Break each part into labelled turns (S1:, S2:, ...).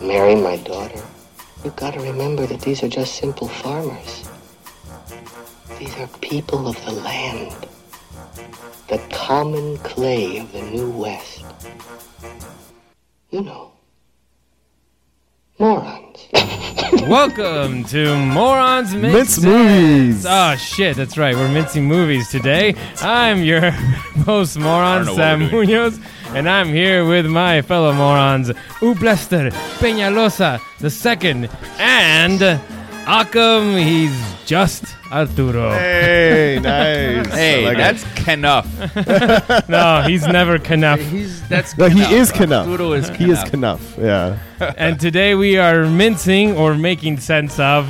S1: Marry my daughter. You've got to remember that these are just simple farmers. These are people of the land. The common clay of the New West. You know. Morons.
S2: Welcome to Morons Mince,
S3: Mince Movies.
S2: Oh shit, that's right. We're mincing movies today. I'm your host, moron
S4: know what
S2: Sam
S4: we're doing.
S2: Munoz, and I'm here with my fellow morons, Ublester Peñalosa the second, and Akam. He's just Arturo.
S3: Hey, nice.
S4: Hey,
S3: I like it.
S4: that's Kenuff.
S2: No, he's never Canuff.
S4: He's that's
S3: No, he
S4: Kenuff.
S3: is Knuff.
S4: Arturo is
S3: he is
S4: Kenuff.
S3: Knuff. Yeah,
S2: And today we are mincing or making sense of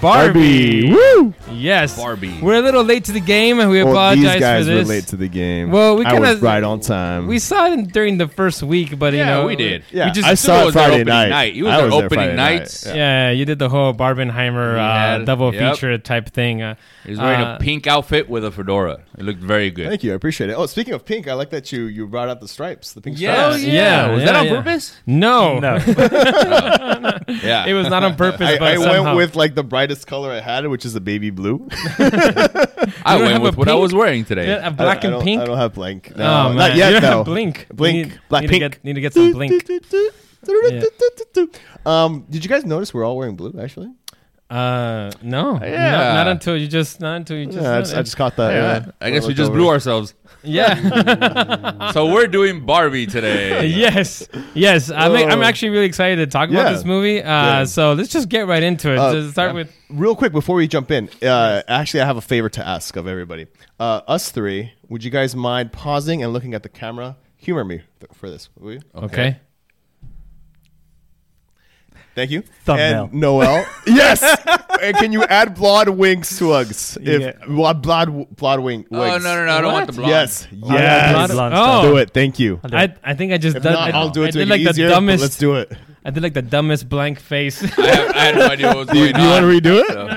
S2: Barbie.
S3: Barbie. Woo!
S2: Yes,
S4: Barbie.
S2: We're a little late to the game, and we
S3: Well,
S2: apologize
S3: these guys
S2: for this.
S3: were late to the game.
S2: Well, we
S3: I was
S2: kinda-
S3: right on time.
S2: We saw it in- during the first week, but you
S4: Yeah,
S2: know
S4: we did.
S3: Yeah,
S4: we just
S3: I saw
S4: Arturo
S3: it
S4: was their
S3: Friday
S4: opening
S3: night.
S4: night. He
S3: I
S4: was their
S3: was there
S4: opening
S3: Friday night,
S4: nights.
S3: yeah.
S2: Yeah, you did the whole Barbenheimer
S4: We
S2: uh,
S4: had-
S2: double
S4: yep.
S2: feature type thing. Uh,
S4: He was wearing
S2: uh,
S4: a pink outfit with a fedora. It looked very good.
S3: Thank you, I appreciate it. Oh, speaking of pink, I like that you you brought out the stripes, the pink
S4: Yeah,
S3: stripes.
S2: yeah, Oh, yeah,
S4: Was that on
S2: yeah.
S4: purpose?
S2: No,
S4: Yeah,
S2: it was not on purpose.
S3: I,
S2: but
S3: I
S2: somehow-
S3: went with like the brightest color I had, which is a baby blue.
S4: I
S2: You don't
S4: went
S2: have
S4: with
S2: a
S4: what I
S2: pink?
S4: was wearing today.
S2: Yeah, a
S3: I-
S2: black
S3: I
S2: and
S3: don't-
S2: pink.
S3: I don't have blank. No,
S2: oh man,
S3: not yet.
S2: You have
S3: though.
S2: Blink,
S3: blink,
S2: Need,
S3: black,
S2: need
S3: pink.
S2: To get, need to get some blink.
S3: Um, did you guys notice we're all wearing blue? Actually,
S2: Uh, no,
S4: Yeah.
S2: not, not until you just, not until you just.
S3: yeah, I just, I just caught that.
S4: Yeah.
S3: yeah.
S4: I guess we
S3: looked
S4: just
S3: over.
S4: blew ourselves.
S2: yeah.
S4: so we're doing Barbie today.
S2: yes, yes. I'm, I'm
S3: Whoa.
S2: actually really excited to talk
S3: Oh. Yeah.
S2: about this movie. Uh,
S3: Yeah.
S2: so let's just get right into it.
S3: Uh,
S2: Just start with
S3: Real quick before we jump in, uh, actually, I have a favor to ask of everybody. Uh, us three, would you guys mind pausing and looking at the camera? Humor me th- for this, will you?
S2: okay.
S3: Thank you.
S5: Thumbnail.
S3: And Noel. yes. and can you add blood winks to Uggs? If
S5: Yeah.
S3: well, blood blood wing.
S4: Oh no,
S3: wigs.
S4: no, no! I don't want the
S2: What?
S4: blonde.
S3: Yes.
S5: yeah,
S3: Yes.
S5: blood- Blonde
S2: oh,
S5: stuff.
S3: Do it. Thank you.
S2: I, I think I just
S3: If
S2: done-
S3: not,
S2: I,
S3: I'll do
S2: I
S3: it to
S2: did
S3: make
S2: like
S3: it easier.
S2: the
S3: but
S2: dumbest.
S3: Let's do it.
S2: I did like the dumbest blank face.
S4: I, have, I had no idea what was
S3: Do
S4: going
S3: you, do you want
S4: on.
S3: to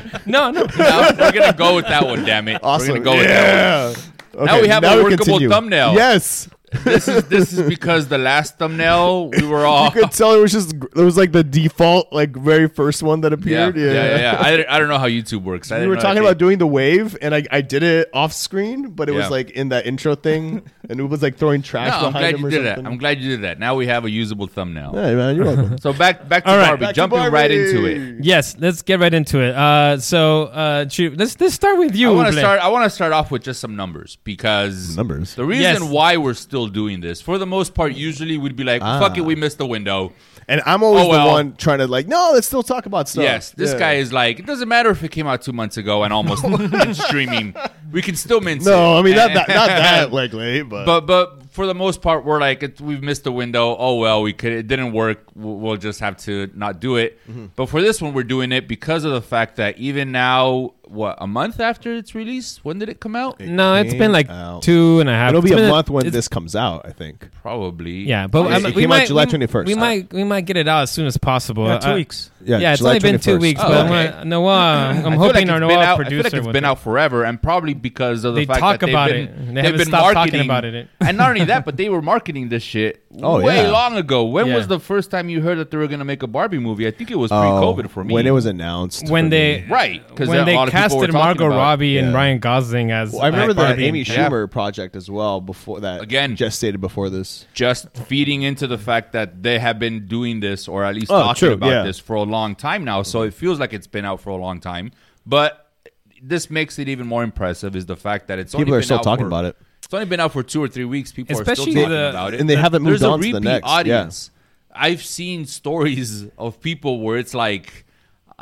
S3: redo it?
S2: no, no.
S4: No, we're gonna go with that one. Damn it!
S3: Awesome.
S4: We're gonna go with that one.
S3: yeah.
S4: Now we have a workable thumbnail.
S3: Yes.
S4: this is this is because the last thumbnail we were all
S3: could tell it was just it was like the default like very first one that
S4: yeah,
S3: appeared.
S4: yeah, yeah, yeah. I, don't- I don't know how YouTube works. I
S3: We
S4: didn't
S3: were
S4: know
S3: talking
S4: that
S3: about
S4: they-
S3: doing the wave, and I, I did it off screen, but it
S4: Yeah.
S3: was like in that intro thing, and it was like throwing trash
S4: No, I'm
S3: behind
S4: glad
S3: him
S4: you
S3: or
S4: did
S3: something.
S4: that. I'm glad you did that. Now we have a usable thumbnail.
S3: yeah, man, you're welcome.
S4: So back back to
S2: All right.
S4: Barbie,
S3: Back to
S4: jumping right
S3: Barbie.
S4: into it.
S2: Yes, let's get right into it. Uh, so uh, Chu, let's let's start with you.
S4: I want to
S2: Uble.
S4: start. I want to start off with just some numbers because
S3: Numbers?
S4: The reason
S2: Yes.
S4: why we're still doing this, for the most part, usually we'd be like,
S3: Ah.
S4: "Fuck it, we missed the window."
S3: And I'm always
S4: Oh, well.
S3: the one trying to like, no, let's still talk about stuff.
S4: yes, this
S3: Yeah.
S4: guy is like, it doesn't matter if it came out two months ago and almost been streaming. We can still mince.
S3: No,
S4: it.
S3: I mean not
S4: And-
S3: that, not that like late, but,
S4: but but for the most part, we're like it, we've missed the window. Oh well, we could it didn't work. We'll, we'll just have to not do it.
S3: Mm-hmm.
S4: But for this one, we're doing it because of the fact that even now, what a month after its release, when did it come out?
S2: No, it's been like
S3: Out.
S2: two and a half.
S3: it'll be
S2: it's been
S3: a month when
S2: it's-
S3: this comes out. I think.
S4: Probably.
S2: Yeah, but
S3: It-
S2: I'm-
S3: it
S2: we
S3: came out
S2: might,
S3: July
S2: we-
S3: 21st.
S2: We might we might get it out as soon as possible.
S5: Yeah, two
S2: Uh,
S5: weeks.
S2: Yeah, it's
S3: July
S2: only been two
S3: 21st.
S2: weeks.
S4: Oh,
S2: but I'm
S4: okay.
S2: gonna- Noah, I'm
S4: I feel like
S2: hoping
S4: it's
S2: our
S4: been
S2: Noah
S4: out- I feel
S2: producer.
S4: like it's
S2: would-
S4: been out forever, and probably because of the
S2: They
S4: fact
S2: talk
S4: that
S2: about
S4: they've
S2: it,
S4: been
S2: and they
S4: they've
S2: haven't
S4: been
S2: stopped
S4: marketing
S2: talking about it.
S4: and not only that, but they were marketing this shit
S3: Oh,
S4: way
S3: yeah.
S4: long ago. When
S2: Yeah.
S4: was the first time you heard that they were going to make a Barbie movie? I think it was pre-COVID for me.
S3: Oh, Um, When it was announced.
S2: when
S3: for
S2: they
S3: me.
S4: Right, 'cause a
S2: when they
S4: lot of people were
S2: casted
S4: talking
S2: Margot
S4: about it.
S2: Robbie and
S3: Yeah.
S2: Ryan Gosling as
S3: Well, I remember
S2: like
S3: that
S2: Barbie.
S3: Amy
S4: Yeah.
S3: Schumer project as well before that.
S4: Again.
S3: gestated before this.
S4: just feeding into the fact that they have been doing this or at least
S3: Oh,
S4: talking
S3: true,
S4: about
S3: yeah.
S4: this for a long time now. So it feels like it's been out for a long time. But this makes it even more impressive is the fact that it's only
S3: People are
S4: been
S3: still
S4: out
S3: talking
S4: for-
S3: about it.
S4: It's only been out for two or three weeks. People are
S2: Especially
S4: still talking
S2: the-
S4: about it,
S3: and they haven't moved
S4: There's a
S3: on to the
S4: repeat
S3: next, yeah.
S4: Audience. I've seen stories of people where it's like.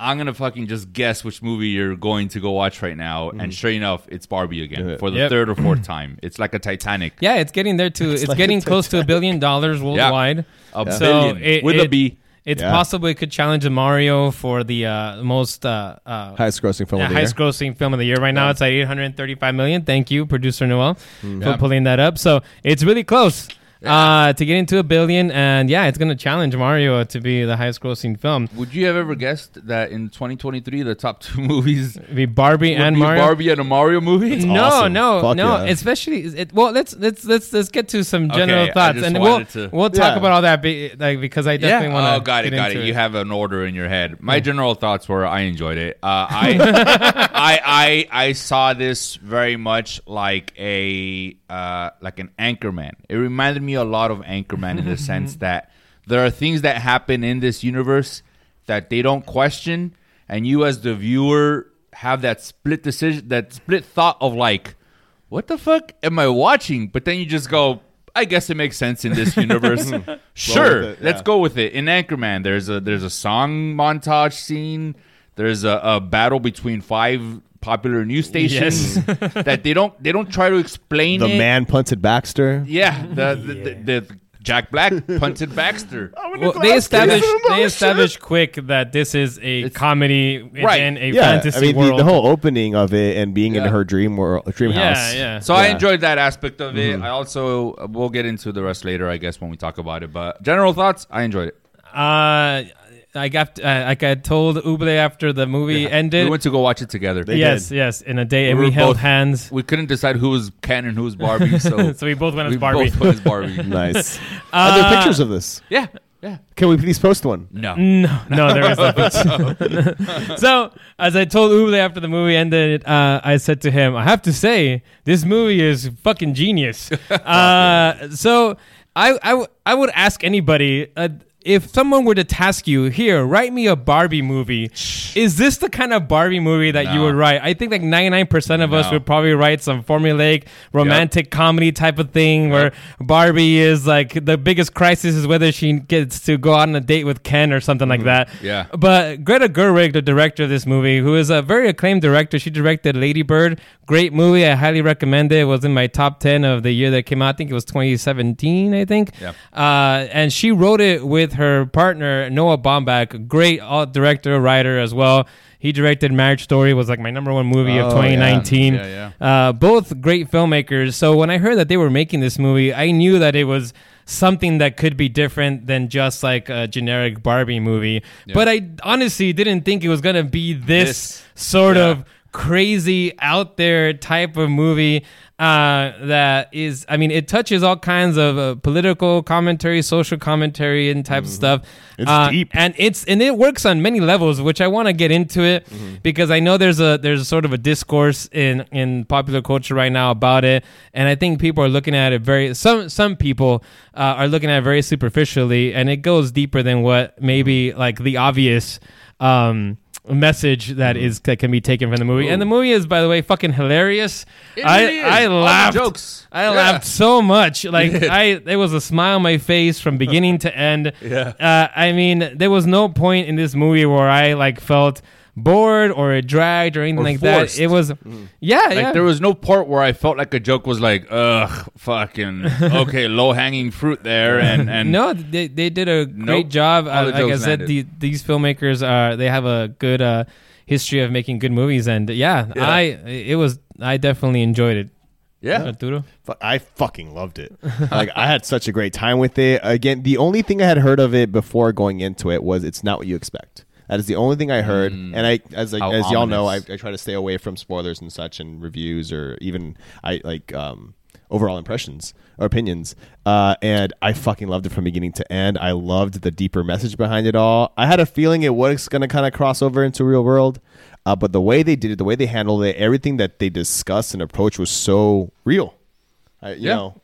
S4: I'm gonna fucking just guess which movie you're going to go watch right now,
S3: Mm.
S4: and sure enough, it's Barbie again for the
S2: Yep.
S4: third or fourth time. It's like a Titanic.
S2: Yeah, it's getting there too. It's, getting close to a billion dollars worldwide.
S4: A
S2: So
S4: billion.
S2: it-
S4: With a
S2: it-
S4: B.
S2: It's
S3: Yeah.
S2: possible it could challenge the Mario for the uh, most uh, uh,
S3: Highest grossing film
S2: yeah,
S3: of the
S2: highest
S3: year.
S2: grossing film of the year. Right now, it's at 835 million. Thank you, producer Noel,
S4: Hmm.
S2: for pulling that up. So it's really close uh, to getting to a billion, and yeah, it's going to challenge Mario to be the highest grossing film.
S4: Would you have ever guessed that in 2023 the top two movies would
S2: Be Barbie and
S4: be
S2: Mario.
S4: Barbie and a Mario movie?
S2: no,
S3: awesome.
S2: no,
S3: Fuck
S2: no.
S3: yeah.
S2: Especially, it, well, let's let's let's let's get to some general
S4: Okay, I
S2: thoughts,
S4: just
S2: and we'll
S4: wanted to-
S2: we'll talk
S3: Yeah.
S2: about all that, be, like because I definitely
S4: Yeah.
S2: want
S4: Oh,
S2: to.
S4: got it,
S2: get
S4: got it.
S2: into
S4: You have an order in your head. My general thoughts were I enjoyed it. Uh, I, I, I, I saw this very much like a uh, like an Anchorman. It reminded me a lot of Anchorman in the sense that there are things that happen in this universe that they don't question, and you as the viewer have that split decision, that split thought of like, what the fuck am I watching? But then you just go. I guess it makes sense in this universe. sure,
S3: Roll with it,
S4: let's
S3: yeah.
S4: go go with it. In Anchorman, there's a there's a song montage scene. There's a, a battle between five popular news stations that they don't they don't try to explain
S3: The
S4: it.
S3: man punted Baxter.
S4: yeah, the the, The, the Jack Black punted Baxter.
S2: Well, they established they established quick that this is a comedy
S4: Right.
S2: in a
S3: Yeah,
S2: fantasy
S3: I mean the,
S2: world.
S3: the whole opening of it and being in
S4: Yeah.
S3: her dream world, dream
S2: yeah,
S3: house.
S2: yeah.
S4: So I
S3: Yeah. Mm-hmm.
S4: enjoyed that aspect of it. I also we'll get into the rest later, I guess, when we talk about it. But general thoughts, I enjoyed it.
S2: uh, I got uh, like I told Uble after the movie ended.
S4: we went to go watch it together.
S2: yes, yes, in a day, and
S4: We
S2: we,
S4: were
S2: held
S4: both-
S2: hands.
S4: We couldn't decide who was Ken and who was Barbie, so
S2: So we both went as
S4: we
S2: Barbie.
S4: both went as Barbie.
S3: Nice. Are there pictures of this?
S4: yeah, yeah.
S3: Can we please post one?
S4: No.
S2: No, no, there is no picture. so, as I told Uble after the movie ended, uh, I said to him, "I have to say, this movie is fucking genius." Uh, so, I, I, w- I would ask anybody uh, if someone were to task you, "Here, write me a Barbie movie." Is this the kind of Barbie movie that you
S4: No.
S2: would write? I think like ninety nine percent of us
S4: No.
S2: would probably write some formulaic romantic comedy type of thing where Barbie is like the biggest crisis is whether she gets to go out on a date with Ken or something like that.
S4: Mm-hmm. Yeah.
S2: But Greta Gerwig, the director of this movie, who is a very acclaimed director, she directed Lady Bird. Great movie. I highly recommend it. It was in my top 10 of the year that it came out. I think it was 2017, I think.
S4: Yeah.
S2: Uh, and she wrote it with her partner, Noah Baumbach, a great uh, director, writer as well. He directed Marriage Story, was like my number one movie of
S3: Oh,
S2: 2019.
S4: yeah. Yeah,
S2: Uh, both great filmmakers. So when I heard that they were making this movie, I knew that it was something that could be different than just like a generic Barbie movie. But I honestly didn't think it was going to be this,
S4: This.
S2: sort
S4: Yeah.
S2: of crazy out there type of movie uh, that is i mean it touches all kinds of uh, political commentary social commentary and type
S4: Mm-hmm.
S2: of stuff
S3: It's
S2: Uh,
S3: deep.
S2: and it's and it works on many levels which i want to get into it
S4: Mm-hmm.
S2: because i know there's a there's sort of a discourse in in popular culture right now about it and i think people are looking at it very some some people uh, are looking at it very superficially and it goes deeper than what
S4: Mm-hmm.
S2: maybe like the obvious um message that
S4: Mm-hmm.
S2: is that can be taken from the movie and the movie is by the way fucking hilarious
S4: It
S2: i
S4: really is.
S2: i
S4: All the
S2: laughed
S4: jokes.
S2: i
S4: Yeah.
S2: laughed so much. Like I, there was a smile on my face from beginning to end. Yeah. Uh, I mean, there was no point in this movie where I like felt bored or it dragged or anything
S4: Or
S2: like
S4: forced. Mm.
S2: that. It was, yeah,
S4: Like
S2: yeah.
S4: there was no part where I felt like a joke was like, ugh, fucking okay, low hanging fruit there, and and
S2: no, they, they did a great
S4: Nope.
S2: job.
S4: All
S2: Uh,
S4: the
S2: like I
S4: jokes
S2: said,
S4: landed.
S2: the, these filmmakers are they have a good uh, history of making good movies, and yeah, I it was I definitely enjoyed it.
S4: yeah,
S2: Arturo,
S3: Fu- I fucking loved it. like I had such a great time with it. Again, the only thing I had heard of it before going into it was it's not what you expect. That is the only thing I heard. And I, as I,
S4: Mm. How
S3: as y'all know, I,
S4: ominous.
S3: I try to stay away from spoilers and such and reviews or even I like um overall impressions or opinions. Uh, and I fucking loved it from beginning to end. I loved the deeper message behind it all. I had a feeling it was going to kind of cross over into real world, uh, but the way they did it, the way they handled it, everything that they discussed and approached was so real. I, you
S4: Yeah.
S3: know,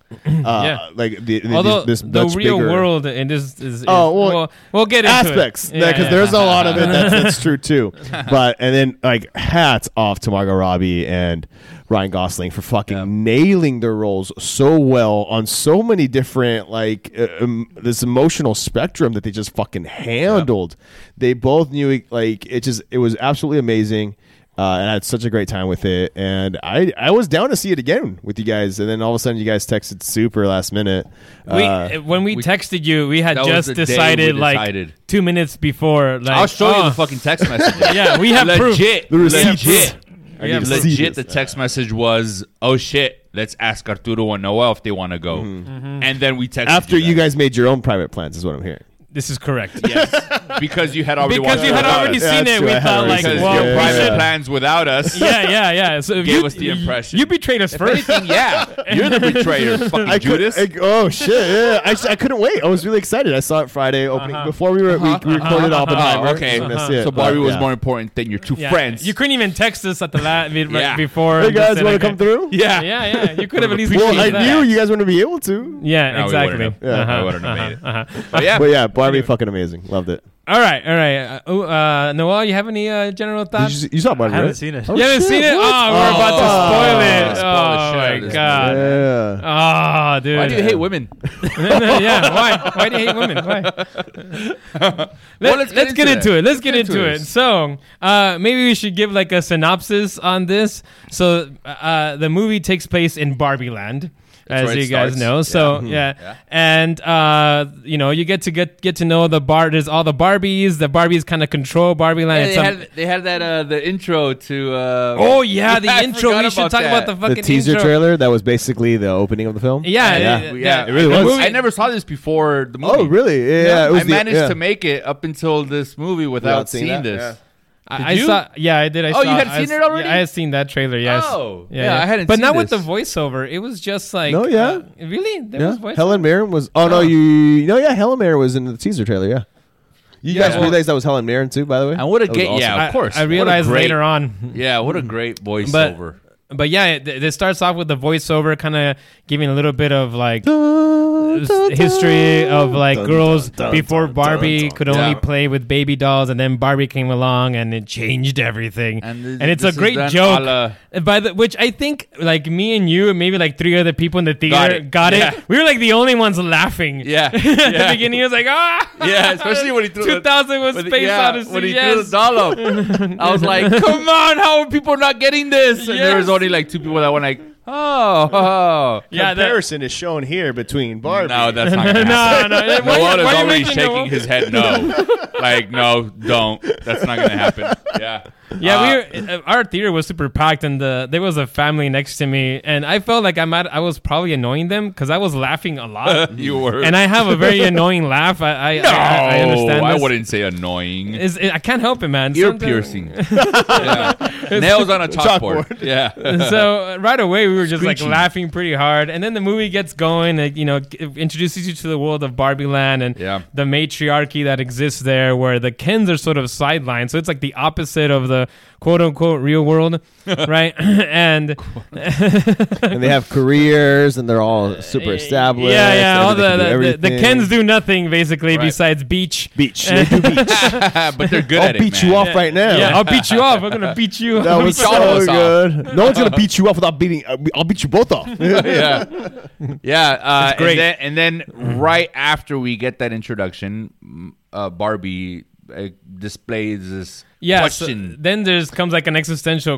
S3: uh,
S2: Yeah.
S3: like the, the,
S2: Although
S3: this, this
S2: the
S3: much
S2: real
S3: bigger-
S2: world and this is, is
S3: Oh, well,
S2: we'll, we'll get into it.
S3: aspects because
S2: Yeah, yeah.
S3: there's a lot of it that's, that's true too. But and then like hats off to Margot Robbie and Ryan Gosling for fucking nailing their roles so well on so many different like uh, um, this emotional spectrum that they just fucking handled. They both knew like it just it was absolutely amazing. Uh, and I had such a great time with it, and I I was down to see it again with you guys, and then all of a sudden you guys texted super last minute.
S2: We, eh,
S3: Uh,
S2: when we,
S4: we-
S2: texted you, we had
S4: That was
S2: just
S4: the day we
S2: decided,
S4: decided.
S2: like two minutes before. Like,
S4: I'll show you
S2: oh,
S4: the fucking text message.
S2: Yeah, we have proof.
S4: legit,
S3: The receipt.
S4: legit,
S3: I need to see
S4: legit. The
S3: this.
S4: text message was, "Oh shit, let's ask Arturo and Noel if they want to go."
S2: Mm-hmm.
S4: And then we texted
S3: after you
S4: that.
S3: guys made your own private plans is what I'm hearing.
S2: This is correct.
S4: yes, because you had already
S2: Because
S4: watched
S2: you had
S4: it without
S2: already
S4: us.
S3: Yeah,
S2: seen
S3: that's
S2: it,
S3: true.
S2: we
S3: I had
S2: thought
S3: already
S2: like,
S3: seen it.
S4: Because
S2: whoa,
S4: your
S3: Yeah,
S2: we
S4: private
S2: should-
S4: plans without us.
S2: yeah, yeah, yeah. So
S4: Gave
S2: you,
S4: us the impression.
S2: You betrayed us first.
S4: Anything, yeah, you're the betrayer, fucking
S3: I could-
S4: Judas.
S3: I- oh shit! Yeah, I, s- I couldn't wait. I was really excited. I saw it Friday opening
S2: Uh-huh.
S3: before we were we, we recorded Oppenheimer.
S4: Oh, okay.
S3: so I'm gonna see it,
S4: So
S3: but,
S4: Barbie was
S3: yeah.
S4: more important than your two
S2: Yeah.
S4: friends.
S2: You couldn't even text us at the last
S4: Yeah.
S2: before.
S3: Hey
S2: and just
S3: guys,
S2: say,
S3: want to
S2: like,
S3: come through?
S4: yeah,
S2: Yeah, yeah. You could have at least.
S3: Well, I
S2: appreciated that.
S3: knew you guys wouldn't be able to.
S2: Yeah,
S4: No, we
S2: exactly.
S4: wouldn't have.
S2: Uh-huh,
S4: I wouldn't have made it.
S2: uh-huh, uh-huh.
S4: But yeah,
S3: But yeah, Barbie fucking amazing. Loved it.
S2: All right, all right. Uh, oh, uh, Noel, you have any uh, general
S3: Did
S2: thoughts?
S3: you, s- you saw Barbie?
S5: I haven't
S3: right?
S5: seen it.
S3: Oh,
S2: you haven't
S3: shit,
S2: seen it? Oh,
S3: what?
S2: we're about to
S3: Oh.
S2: spoil it.
S4: Spoil the shit out
S2: oh
S4: of
S2: my
S4: this
S2: god.
S3: Yeah.
S2: Oh, dude.
S4: why do you hate women?
S2: yeah, why? Why do you hate women? Why? Let, us
S4: let's get
S2: get,
S4: into
S2: into
S4: that.
S2: it. Let's get into, it. So, uh, maybe we should give like a synopsis on this. So, uh, the movie takes place in Barbie Land. As
S4: where it
S2: you guys
S4: starts. Hmm.
S2: know, so yeah, and uh, you know, you get to get get to know the bar. There's all the Barbies. The Barbies kind of control Barbie Land.
S4: they,
S2: It's some-
S4: had, they had that uh, the intro to. Uh,
S2: oh yeah, the
S4: I
S2: intro.
S4: forgot
S2: We should talk
S4: that.
S2: about the fucking
S3: The teaser
S2: intro.
S3: trailer that was basically the opening of the film.
S2: Yeah,
S3: yeah.
S4: yeah,
S3: it really
S4: The
S3: was.
S4: movie- I never saw this before the movie.
S3: Oh really? Yeah. it was
S4: I
S3: the-
S4: managed
S3: yeah.
S4: to make it up until this movie without,
S3: Without seeing
S4: seeing,
S3: that?
S4: this.
S2: I,
S4: Did
S2: I
S4: you?
S2: saw. Yeah, I did. I
S4: Oh, you
S2: saw-
S4: had
S2: I
S4: seen
S2: s-
S4: it already?
S2: Yeah, I had seen that trailer. Yes.
S4: Oh. Yeah, I hadn't
S2: But
S4: seen
S2: not with the
S4: this.
S2: voiceover. It was just like.
S3: No, yeah.
S2: uh, really? There was
S3: Yeah.
S2: voiceover.
S3: Helen Mirren was. Oh no, you. No, yeah, Helen Mirren was in the teaser trailer. Yeah. You
S4: Yeah,
S3: guys
S4: well-
S3: realized that was Helen Mirren too, by the way.
S4: And what a
S3: That was
S4: ga- yeah,
S3: awesome.
S2: I-
S4: Of course.
S2: I,
S4: What a
S2: realized
S4: great-
S2: later on.
S4: Yeah, what a great
S2: But
S4: voiceover.
S2: but yeah, it, it starts off with the voiceover, kind of giving a little bit of like history of like girls before Barbie could only
S4: Yeah.
S2: play with baby dolls, and then Barbie came along and it changed everything.
S4: And
S2: And,
S4: th-
S2: it's a
S4: this is
S2: great
S4: done
S2: joke.
S4: a la-
S2: by the which I think like me and you, and maybe like three other people in the theater got it.
S4: it. Yeah.
S2: We were like the only ones laughing.
S4: Yeah.
S2: At
S4: Yeah.
S2: the beginning, it was like ah.
S4: Yeah, especially when he threw the-
S2: 2000 was
S4: When-
S2: Space
S4: yeah,
S2: Odyssey.
S4: when he threw
S2: yes.
S4: the doll up, I was like, "Come on, how are people not getting this?" And there was
S2: Yes.
S4: only like two people that were like, "Oh, oh.
S2: yeah, that-
S3: comparison is shown here between Barbie.
S4: no, that's not gonna happen."
S2: no, no. Why-
S4: Noel is
S2: why you
S4: already
S2: making
S4: shaking
S2: Noel?
S4: his head no, like no, don't. That's not gonna happen. Yeah,
S2: Yeah,
S4: Uh,
S2: we were, uh, our theater was super packed, and the, there was a family next to me, and I felt like I'm at, I was probably annoying them because I was laughing a lot,
S4: you were.
S2: and I have a very annoying laugh. I I,
S4: no,
S2: I, I understand.
S4: I
S2: this.
S4: wouldn't say annoying.
S2: Is I can't help it, man.
S4: Ear
S2: Sometimes-
S4: piercing. Yeah. Nails on a chalkboard. Yeah.
S2: so uh, right away we were just like
S4: Screeching.
S2: laughing pretty hard and then the movie gets going it, you know g- introduces you to the world of barbie land and
S4: Yeah.
S2: the matriarchy that exists there where the kens are sort of sidelined so it's like the opposite of the quote unquote real world right and
S3: and they have careers, and they're all super established.
S2: yeah yeah all the,
S3: everybody can
S2: the, the,
S3: do
S2: kens
S3: everything.
S2: do nothing basically
S4: Right.
S2: besides beach
S3: beach. They do beach.
S4: but they're good
S3: I'll
S4: at it.
S3: beat
S4: man.
S3: you off right now.
S2: yeah i'll beat you off i'm gonna beat you
S3: that
S2: up.
S3: was
S4: all of
S3: so
S4: us off.
S3: good. No one's gonna beat you off without beating. uh, I'll beat you both off.
S4: yeah, yeah. Uh,
S2: great.
S4: And then, and then right after we get that introduction, mm, uh, Barbie uh, displays this
S2: yeah so
S4: question.
S2: then there's comes like an existential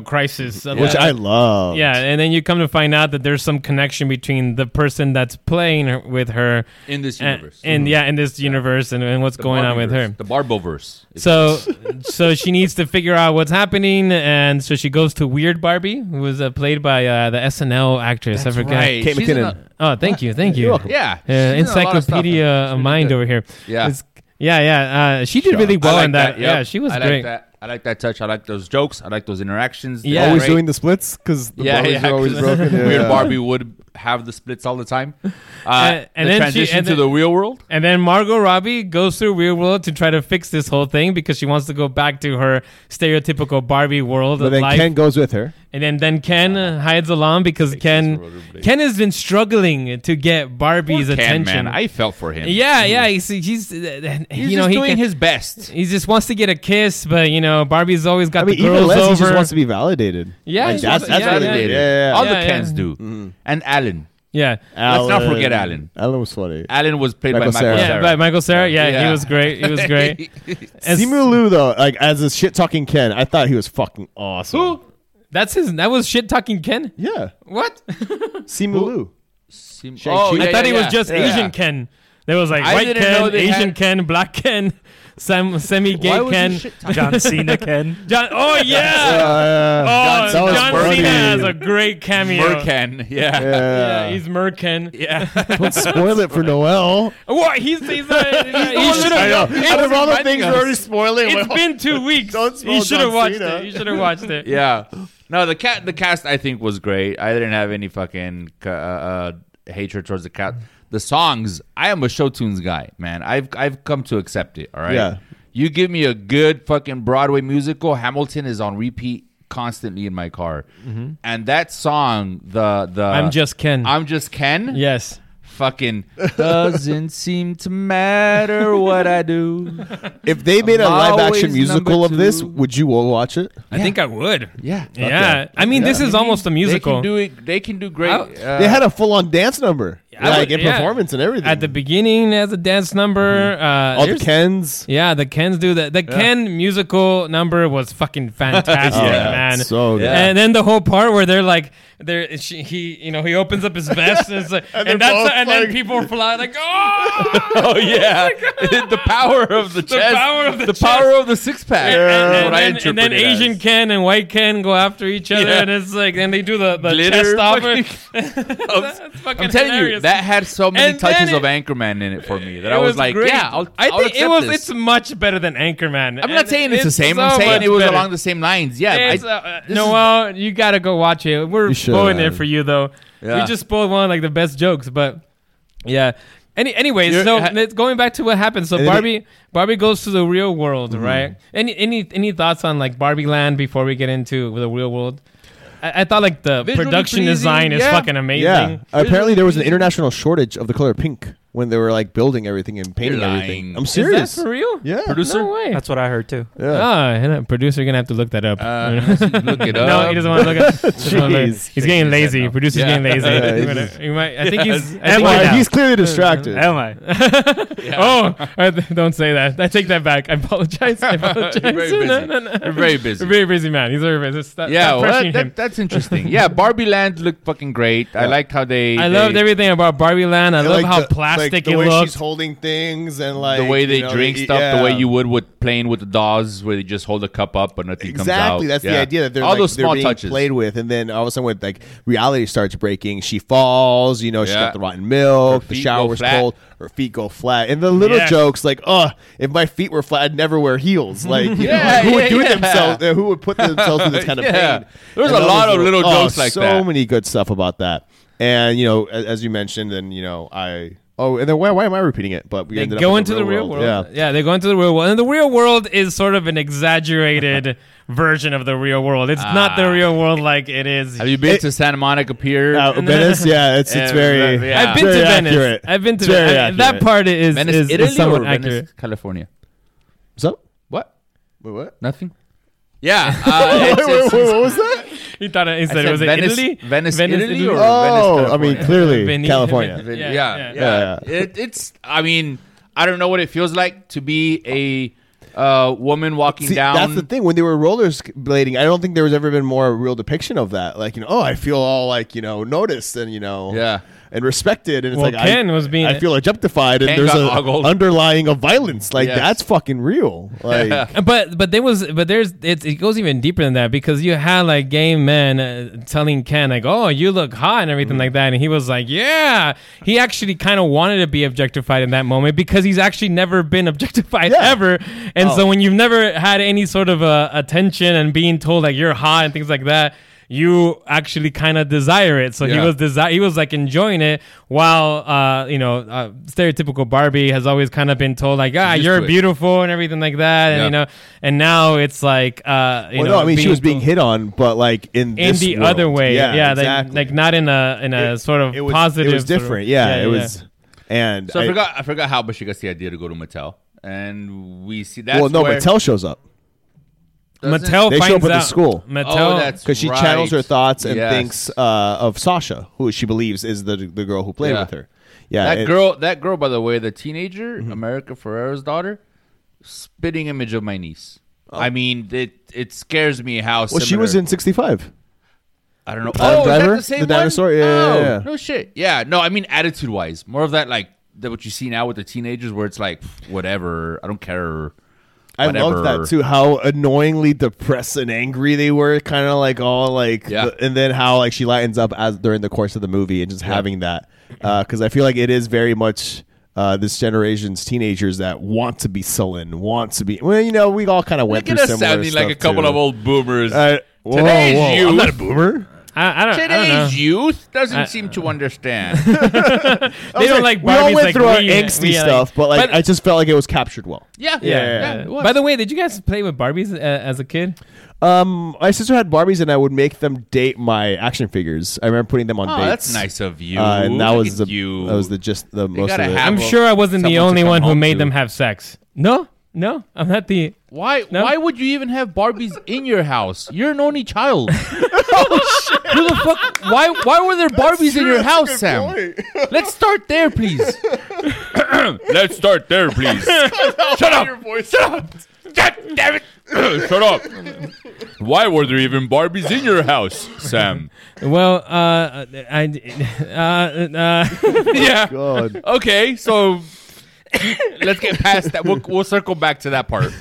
S2: crisis
S3: Which I love.
S2: Yeah, and then you come to find out that there's some connection between the person that's playing her, with her
S4: In this
S2: and,
S4: universe.
S2: and yeah, in this universe, and, and what's
S4: The
S2: going on with
S4: Barbiverse,
S2: her.
S4: The Barboverse.
S2: So, so she needs to figure out what's happening, and so she goes to Weird Barbie, who was uh, played by uh, the SNL actress. I forget.
S4: Right.
S3: Kate
S4: She's in
S3: McKinnon.
S2: Oh, thank you, thank you.
S3: You're welcome.
S4: Yeah, she's
S2: Uh,
S4: in a lot of stuff.
S2: encyclopedia of mind over here.
S4: Yeah.
S2: yeah, yeah. Uh, she did really
S4: I
S2: well
S4: like
S2: in that.
S4: yep.
S2: Yeah, she was
S4: I
S2: great.
S4: Like that. I like that touch. I like those jokes. I like those interactions. They're
S2: Yeah.
S3: always
S4: great.
S3: doing the splits because the
S4: Yeah,
S3: bars
S4: yeah,
S3: are always
S4: 'cause
S3: broken.
S4: Weird
S3: Yeah.
S4: Barbie would have the splits all the time. Uh,
S2: And- and
S4: the
S2: then she-
S4: transition
S2: and
S4: to
S2: then-
S4: the real world.
S2: And then Margot Robbie goes through real world to try to fix this whole thing because she wants to go back to her stereotypical Barbie world
S3: But
S2: of
S3: then
S2: life.
S3: Ken goes with her.
S2: and then, then Ken uh, hides along because Ken Ken has been struggling to get Barbie's
S4: Poor Ken,
S2: attention.
S4: man. I felt for him.
S2: yeah, yeah, he's, he's, uh,
S4: he's
S2: you know
S4: just
S2: he
S4: doing
S2: can-
S4: his best.
S2: he just wants to get a kiss, but you know Barbie's always got
S3: I mean,
S2: the
S3: even
S2: girls
S3: less, he
S2: over.
S3: just wants to be validated.
S2: Yeah,
S3: Like,
S2: he
S3: that's
S2: wants-
S3: that's
S2: yeah,
S3: really
S2: yeah,
S3: good.
S2: yeah.
S3: Yeah, Mm-hmm. yeah.
S4: All
S2: Yeah,
S4: the
S2: yeah.
S4: Kens do, and Alan.
S2: yeah,
S4: Let's not forget Alan.
S3: Alan was funny.
S4: Alan was played
S3: Michael
S4: by Michael
S3: Cera.
S2: yeah,
S4: Cera.
S2: but Michael Sarah, yeah,
S4: Yeah.
S2: he was great. He was great. And s-
S3: Simu Liu though, like as a shit talking Ken, I thought he was fucking awesome.
S2: Who? That's his. That was shit talking Ken.
S3: Yeah,
S2: What?
S3: Simu Liu.
S4: Sim-
S3: Shang-Chi. I
S2: I
S3: Yeah,
S2: thought he
S4: Oh, yeah,
S2: was just
S4: yeah.
S2: Asian Ken. There was like
S4: I
S2: white
S4: didn't know
S2: Ken,
S4: they
S2: Asian
S4: had-
S2: Ken, black Ken, sem- semi
S4: Why
S2: gay
S4: was he
S2: Ken.
S4: shit-talking?
S5: John Cena Ken.
S2: John, oh yeah,
S3: Uh,
S2: oh
S3: that was
S2: John
S3: funny.
S2: Cena has a great cameo.
S4: Mercan. Yeah.
S3: Yeah.
S2: Yeah, he's Merkin.
S4: Yeah.
S3: uh, Don't spoil it for Noel.
S2: What? He's he's, uh, he should
S3: I know.
S2: have.
S3: Out of all the things we're already
S4: us.
S3: spoiling,
S2: It's
S3: well,
S2: been two weeks.
S3: Don't spoil
S2: He should have
S3: John
S2: watched
S3: Cena.
S2: it. He should have watched it.
S4: yeah. No, the cat the cast I think was great. I didn't have any fucking uh, uh, hatred towards the cat. The songs, I am a show tunes guy, man. I've I've come to accept it, all right?
S3: Yeah.
S4: You give me a good fucking Broadway musical, Hamilton is on repeat constantly in my car. And that song, the the
S2: I'm just Ken.
S4: I'm just Ken.
S2: yes.
S4: Fucking doesn't seem to matter what I do.
S3: if they made a
S4: I'm
S3: live
S4: always
S3: action
S4: number
S3: musical of this,
S4: two.
S3: would you all watch it?
S2: I think I would.
S4: Yeah.
S2: Yeah. I mean, this is almost a
S4: They
S2: musical.
S4: can do it. They can do great.
S2: I-
S4: uh,
S3: they had a full on dance number,
S2: I
S3: like in
S2: would- yeah.
S3: performance and everything.
S2: At the beginning, as a dance number. Uh,
S3: all Oh, the
S2: there's-
S3: Kens.
S2: Yeah, the Kens do that. The Ken musical number was fucking fantastic,
S3: Yeah,
S2: man.
S3: so good.
S2: And then the whole part where they're like, they're she, he, you know, he opens up his vest and, it's like, and,
S3: they're
S2: that's
S3: both
S2: and
S3: like-
S2: then people fly like, oh,
S4: Oh yeah, the power of the chest.
S2: power of the chest.
S4: power of the six pack.
S2: and, and-
S4: That's what I
S2: and then, and
S4: interpret
S2: then
S4: it
S2: Asian
S4: as.
S2: Ken and white Ken go after each other,
S4: Yeah.
S2: and it's like, then they do the, the
S4: Glitter
S2: chest offer.
S4: I'm-
S2: That's fucking
S4: I'm telling you,
S2: hilarious.
S4: that had so many
S2: And
S4: touches
S2: then
S4: of
S2: it-
S4: Anchorman in it for me that I
S2: It
S4: was, like,
S2: great.
S4: yeah, I'll,
S2: I
S4: I'll
S2: think it
S4: accept
S2: was.
S4: This.
S2: It's much better than Anchorman.
S4: I'm not saying it's the same.
S2: so
S4: I'm saying
S2: much
S4: it was
S2: better.
S4: along the same lines. Yeah, I-
S2: It's, uh,
S4: this is-
S2: Noel, you gotta go watch it. We're
S3: You should,
S2: spoiling it
S3: man.
S2: for you though.
S4: Yeah.
S2: We just spoiled one of like the best jokes, but yeah. Any, anyways,
S4: You're-
S2: so
S4: ha-
S2: let's going back to what happened. So
S3: And then
S2: Barbie, Barbie goes to the real world,
S4: Mm-hmm.
S2: right? Any, any, any thoughts on like Barbie Land before we get into the real world? I, I thought like the
S4: Visually
S2: production
S4: pleasing,
S2: design is
S4: yeah.
S2: fucking amazing.
S3: Yeah. Apparently,
S4: Visually
S3: there was an
S4: pleasing.
S3: international shortage of the color pink when they were like building everything and painting
S4: You're lying.
S3: everything. I'm
S4: Is
S2: Is that
S3: serious.
S2: for real?
S3: Yeah.
S2: Producer, no way.
S5: That's what I heard too.
S3: yeah.
S2: Ah, and a producer, you're gonna have to look that up.
S4: uh, look it up.
S2: no, he doesn't want to look at. doesn't wanna look at-
S3: Jeez.
S2: He's getting lazy.
S4: now.
S2: Producer's
S4: Yeah.
S2: getting lazy.
S3: Yeah,
S2: He
S3: he's
S2: might-
S3: just-
S2: he might- I think he's. I
S5: Am
S2: think
S5: I
S2: he's-
S5: now?
S3: he's clearly distracted.
S5: Am I?
S2: oh, I th- don't say that. I take that back. I apologize. I apologize.
S4: You're very busy.
S2: No, no, no.
S4: You're very busy.
S2: You're very busy man. He's very busy. Stop,
S4: yeah,
S2: stop
S4: well,
S2: pressuring
S4: that,
S2: him.
S4: that, that's interesting. Yeah, Barbie Land looked fucking great. I liked how they.
S2: I
S4: they,
S2: loved everything about Barbie Land. I
S3: And,
S2: love
S3: like,
S2: how
S3: the-
S2: plastic
S3: like, the
S2: it
S3: way
S2: looks.
S3: she's holding things and like
S4: the way they
S3: you know,
S4: drink
S3: they-
S4: stuff, the way
S3: yeah.
S4: you would with playing with the dolls, where they just hold a cup up and nothing comes out.
S3: Exactly. That's the
S4: Yeah.
S3: idea that they're
S4: all
S3: like,
S4: those small
S3: they're being
S4: touches.
S3: played with, and then all of a sudden, when like reality starts breaking, she falls. You know, she
S4: Yeah.
S3: got the rotten milk.
S4: Her feet
S3: The
S4: go
S3: shower's
S4: flat.
S3: cold. Her feet go flat, and the little
S2: Yeah.
S3: jokes like, "Oh, if my feet were flat, I'd never wear heels." Like, you know,
S4: Yeah,
S3: like, who would
S4: yeah,
S3: do it
S4: yeah.
S3: themselves? uh, Who would put themselves in this kind of
S4: Yeah.
S3: pain?
S4: There was
S3: And
S4: a
S3: those
S4: lot of little
S3: oh,
S4: jokes like
S3: so
S4: that.
S3: many good stuff about that, and you know, as, as you mentioned, and you know, I. Oh, and then why, why am I repeating it? But we
S2: they
S3: ended
S2: go
S3: up in
S2: into the real world.
S3: Yeah.
S2: Yeah. they go into the real world. And the real world is sort of an exaggerated version of the real world. It's not the real world like it is.
S4: Have you been
S3: It-
S4: to Santa Monica Pier?
S3: Uh, Venice, yeah, it's it's
S4: Uh,
S3: very.
S4: yeah.
S2: I've been to
S3: Very
S2: Venice.
S3: accurate.
S2: I've been to
S3: It's very
S2: Venice. I- That
S3: accurate.
S2: part is
S4: Venice,
S2: is,
S4: Italy
S2: is somewhat
S4: or Venice,
S2: accurate.
S4: California?
S3: So,
S4: What?
S3: wait, what?
S4: Nothing. Yeah. Uh, it's, it's,
S3: Wait, what was that?
S2: He thought I- he
S4: I
S2: said it was
S4: Venice,
S2: Italy.
S4: Venice, Italy, or Venice,
S3: Oh, I mean,
S4: California?
S3: clearly
S2: Venice,
S3: California.
S2: Venice.
S4: yeah,
S2: Yeah,
S4: yeah.
S3: yeah.
S4: It, it's. I mean, I don't know what it feels like to be a uh, woman walking
S3: See,
S4: down.
S3: that's the thing. When they were rollerblading, I don't think there was ever been more real depiction of that. Like, you know, oh, I feel all like you know noticed and you know,
S4: Yeah.
S3: and respected. And it's
S2: Well,
S3: like
S2: Ken
S3: I,
S2: was being-
S3: I feel objectified, and
S4: Ken
S3: there's
S4: got
S3: an
S4: ogled.
S3: underlying of violence. Like
S4: Yes.
S3: that's fucking real. Like,
S2: But but there was but there's it, it goes even deeper than that because you had like gay men uh, telling Ken like oh you look hot and everything like that and he was like yeah he actually kind of wanted to be objectified in that moment because he's actually never been objectified
S3: Yeah.
S2: ever and
S3: Oh.
S2: so when you've never had any sort of uh, attention and being told like you're hot and things like that you actually kind of desire it. So he
S4: Yeah.
S2: was desi- he was like enjoying it while uh, you know uh, stereotypical Barbie has always kind of been told like ah
S4: used
S2: you're
S4: to it.
S2: beautiful and everything like that and
S4: Yeah.
S2: you know and now it's like uh, you
S3: Well,
S2: know
S3: no, I mean she was being
S2: told-
S3: hit on, but like in
S2: in
S3: this
S2: the
S3: world.
S2: other way. Yeah, like,
S3: exactly.
S2: like not in a in a sort of
S3: it was,
S2: positive.
S3: It was
S2: sort of-
S3: different. yeah, it was. And
S4: So I, forgot. I forgot how, but she gets the idea to go to Mattel, and we see that.
S3: Well, no, Mattel shows up
S2: Mattel
S3: They show up
S2: finds
S3: at the
S2: out-
S3: school.
S2: Mattel,
S4: Oh, that's
S3: because she
S4: right.
S3: channels her thoughts and
S4: Yes.
S3: thinks uh, of Sasha, who she believes is the the girl who played
S4: Yeah.
S3: with her. Yeah,
S4: That
S3: it- Mm-hmm.
S4: girl. That girl, by the way, the teenager, America Ferrera's daughter, spitting image of my niece. I mean, it it scares me how.
S3: Oh. Well, she was in '65.
S4: I don't know.
S3: Adam
S4: oh,
S3: Driver?
S4: is that the same
S3: The
S4: one?
S3: dinosaur? Yeah,
S4: No,
S3: yeah, yeah.
S4: no shit. Yeah, no. I mean, attitude wise, more of that like that what you see now with the teenagers, where it's like "Pff, whatever, I don't care.
S3: I
S4: whatever."
S3: loved that too. How annoyingly depressed and angry they were, kind of like all like,
S4: Yeah.
S3: the- and then how like she lightens up as during the course of the movie and just having that because I feel like it is very much uh, this generation's teenagers that want to be sullen, want to be. Well, you know, we all kind of went
S4: Look at
S3: through
S4: us
S3: similar
S4: sounding like
S3: stuff,
S4: a couple
S3: too.
S4: of old boomers.
S3: Uh, whoa,
S4: Today's
S3: whoa,
S4: youth-
S3: I'm not a boomer.
S2: I, I don't, I don't know.
S4: Today's youth doesn't seem to understand.
S2: They don't like
S3: we all
S2: Barbies
S3: went
S2: like
S3: through our
S2: we- uh,
S3: angsty
S2: we, like-
S3: stuff, but like I just felt like it was captured well.
S4: yeah, yeah.
S3: yeah,
S4: it was.
S2: By the way, did you guys play with Barbies uh, as a kid?
S3: Um, my sister had Barbies, and I would make them date my action figures. I remember putting them on
S4: oh,
S3: dates.
S4: that's nice of you.
S3: Uh, and that
S4: Look
S3: was
S4: at
S3: the
S4: you.
S3: that was the just the most of
S4: gotta
S3: it.
S4: have-
S2: I'm
S4: Well,
S2: sure I wasn't the
S4: someone to
S2: only
S4: come
S2: one who
S4: home
S2: made
S4: to.
S2: them have sex. No, no, I'm not the.
S4: why.
S2: No?
S4: Why would you even have Barbies in your house? You're an only child. Who the fuck? Why? Why were there Barbies in your house, Sam? Let's start there, please. Let's start there, please. Shut up. Shut up. God damn it. Shut up. Why were there even Barbies in your house, Sam?
S2: Well, uh, I, uh, uh,
S4: yeah.
S3: God.
S4: Okay, so let's get past that. We'll, we'll circle back to that part.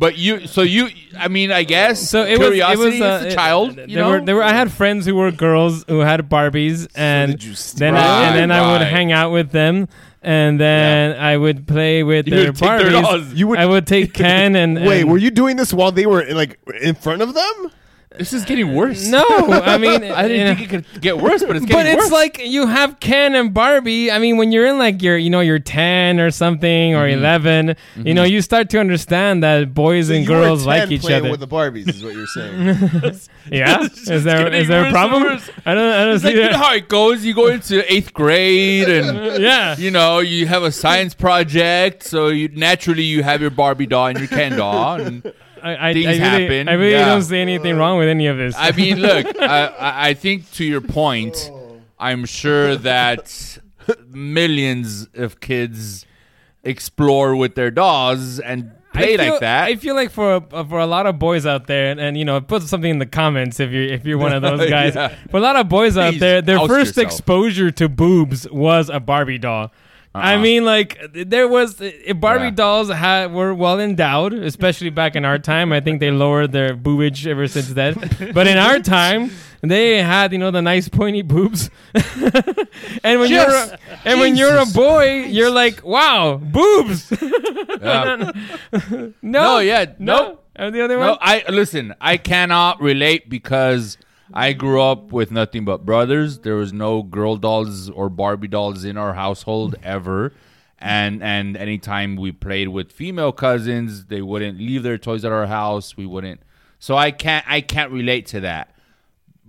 S4: But you, so you, I mean, I guess.
S2: so it was. It
S4: curiosity
S2: was uh,
S4: is
S2: it-
S4: a child.
S2: There
S4: you know,
S2: were. There were. I had friends who were girls who had Barbies, and
S3: did you s-
S2: then I, and
S4: Right,
S2: then I would
S4: right.
S2: hang out with them, and then I would play with
S4: You
S2: their
S4: would take their dolls.
S2: Barbies.
S3: You would-
S2: I would take Ken and.
S3: Wait,
S2: and-
S3: were you doing this while they were in, like in front of them?
S4: this is getting worse.
S2: No, I mean,
S4: I
S2: you know.
S4: didn't think it could get worse, but it's getting
S2: But it's
S4: worse.
S2: like you have Ken and Barbie. I mean, when you're in like your, you know, you're 10 or something or
S4: Mm-hmm.
S2: 11, you know, you start to understand that boys and
S3: You were
S2: girls
S3: 10
S2: like each
S3: playing
S2: other.
S3: with the Barbies is what you're saying.
S2: yeah, is there
S4: getting
S2: is there
S4: worse
S2: a
S4: and
S2: problem?
S4: worse.
S2: I don't, I don't
S4: It's
S2: see
S4: like, you know
S2: that.
S4: how it goes. You go into eighth grade, and
S2: Yeah,
S4: you know you have a science project, so you naturally you have your Barbie doll and your Ken doll. And,
S2: I, I, I
S4: things
S2: really,
S4: happen.
S2: I really
S4: Yeah.
S2: don't see anything wrong with any of this.
S4: I mean, look, I, I, I think to your point, I'm sure that millions of kids explore with their dolls and play
S2: I feel,
S4: like that.
S2: I feel like for a, for a lot of boys out there, and, and, you know, put something in the comments if you're if you're one of those guys.
S4: Yeah.
S2: For a lot of boys out
S4: Please
S2: there, their
S4: oust
S2: first
S4: yourself.
S2: exposure to boobs was a Barbie doll. I
S4: Uh-uh.
S2: mean, like there was eh, Barbie
S4: Yeah.
S2: dolls had, were well endowed, especially back in our time. I think they lowered their boobage ever since then. But in our time, they had you know the nice pointy boobs. and when you're a, and when you're a boy, you're like, wow, boobs.
S4: Yeah.
S2: No.
S4: No, yeah,
S2: No.
S4: nope.
S2: And the other
S4: no,
S2: one?
S4: I listen. I cannot relate because I grew up with nothing but brothers. There was no girl dolls or Barbie dolls in our household ever. And and anytime we played with female cousins, they wouldn't leave their toys at our house. We wouldn't. So I can't I can't relate to that.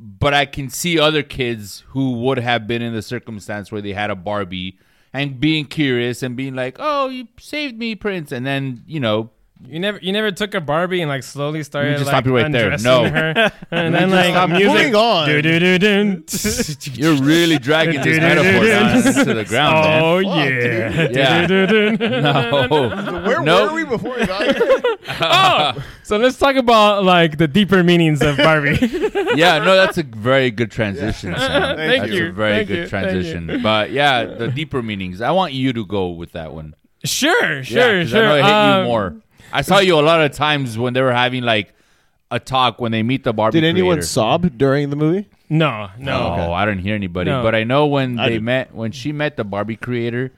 S4: but I can see other kids who would have been in the circumstance where they had a Barbie and being curious and being like, "Oh, you saved me, Prince," and then you know,
S2: You never you never took a Barbie and like slowly started
S4: just
S2: like,
S4: stop you right there.
S2: undressing
S4: No.
S2: her. And then
S3: just
S2: like
S3: stop.
S2: music.
S3: Moving on.
S2: Do-do-do-dun.
S4: you're really dragging this metaphor down to the ground, man.
S2: oh yeah.
S4: Yeah.
S2: Do-do-do-dun.
S4: No,
S3: Where
S4: Nope.
S3: were we before we got here?
S2: So let's talk about like the deeper meanings of Barbie.
S4: yeah, no, that's a very good transition. Sam.
S3: Thank
S4: that's
S2: you.
S4: a very
S2: Thank
S4: good
S2: you. Thank you.
S4: transition. But yeah, the deeper meanings. I want you to go with that one.
S2: sure,
S4: Yeah,
S2: sure,
S4: 'cause
S2: sure.
S4: I know it hit
S2: Um,
S4: you more. I saw you a lot of times when they were having like a talk when they meet the Barbie.
S3: Did anyone
S4: creator.
S3: sob during the movie?
S2: No,
S4: Oh,
S2: no.
S4: No, I didn't hear anybody.
S2: No.
S4: But I know when
S3: I
S4: they
S3: did.
S4: met, when she met the Barbie creator,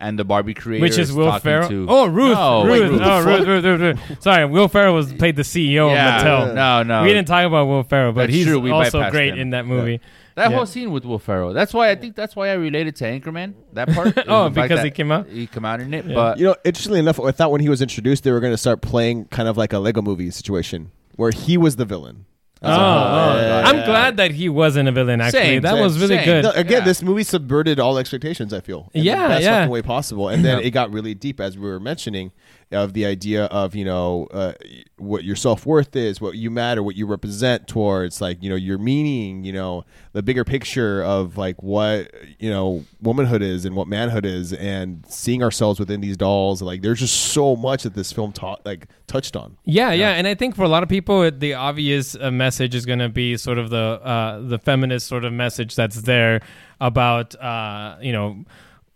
S4: and the Barbie creator,
S2: Which is Will
S4: talking
S2: Ferrell?
S4: to-
S2: Oh, Ruth.
S4: No,
S2: Ruth.
S4: wait,
S3: Ruth.
S2: Oh,
S3: Fuck.
S2: Ruth, Ruth, Ruth, Ruth. Sorry, Will Ferrell was played the CEO
S4: Yeah.
S2: of Mattel.
S4: No, no.
S2: We didn't talk about Will Ferrell, but
S4: That's
S2: he's
S4: true, we
S2: also
S4: bypassed
S2: great
S4: him.
S2: in that movie.
S4: That
S2: Yeah.
S4: whole scene with Will Ferrell. That's why I think that's why I related to Anchorman. That part.
S2: Oh,
S4: is the fact
S2: because he
S4: that
S2: came out?
S4: He came out in it, but
S3: You know, interestingly enough, I thought when he was introduced, they were going to start playing kind of like a Lego movie situation where he was the villain.
S2: Oh, oh. I'm glad that he wasn't a villain. Actually,
S4: Same,
S2: that
S4: same,
S2: was really
S4: same.
S2: good.
S3: No, again,
S4: Yeah.
S3: this movie subverted all expectations. I feel in
S2: Yeah,
S3: the best
S2: yeah.
S3: fucking way possible, and then it got really deep, as we were mentioning, of the idea of you know uh, what your self worth is, what you matter, what you represent towards, like you know your meaning, you know the bigger picture of like what you know womanhood is and what manhood is, and seeing ourselves within these dolls. Like there's just so much that this film taught, like touched on.
S2: Yeah, yeah, and I think for a lot of people, it, the obvious uh, message is going to be sort of the uh, the feminist sort of message that's there about uh, you know.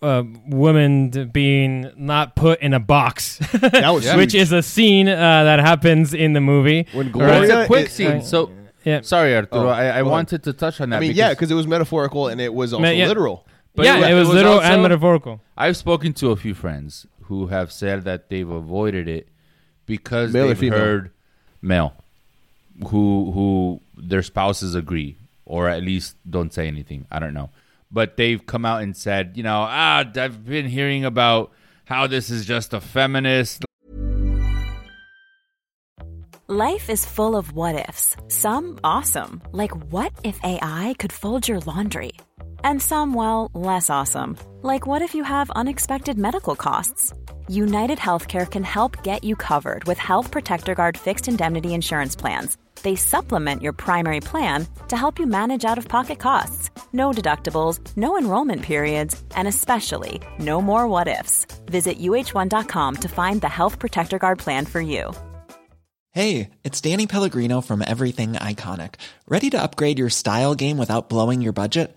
S2: Uh, women d- being not put in a box,
S3: was
S2: which
S3: huge.
S2: is a scene uh, that happens in the movie.
S3: When
S4: But it's
S3: Gloria
S4: a quick
S3: it-
S4: scene. So
S2: Yeah.
S4: sorry, Arturo.
S3: Oh,
S4: I, I
S3: go
S4: wanted to touch on that.
S3: I mean, yeah, because it was metaphorical and it was also
S2: yeah.
S3: literal.
S4: But
S2: yeah,
S4: it was-
S2: it was,
S4: it was
S2: literal
S4: also-
S2: and metaphorical.
S4: I've spoken to a few friends who have said that they've avoided it because
S3: Male or
S4: they've
S3: female?
S4: heard male who who their spouses agree or at least don't say anything. I don't know. But they've come out and said, you know, ah, I've been hearing about how this is just a feminist
S5: Life is full of what ifs. Some awesome, like what if AI could fold your laundry? And some, well, less awesome, like what if you have unexpected medical costs? United Healthcare can help get you covered with Health Protector Guard fixed indemnity insurance plans. They supplement your primary plan to help you manage out of pocket costs. No deductibles, no enrollment periods, and especially no more what ifs. Visit uh1.com to find the Health Protector Guard plan for you.
S6: Hey, it's Danny Pellegrino from Everything Iconic. Ready to upgrade your style game without blowing your budget?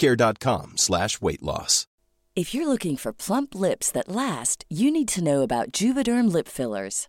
S7: plushcare.com slash weight loss.
S8: If you're looking for plump lips that last, you need to know about Juvederm lip fillers.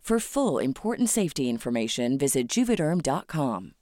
S8: For full important safety information, visit juvederm.com.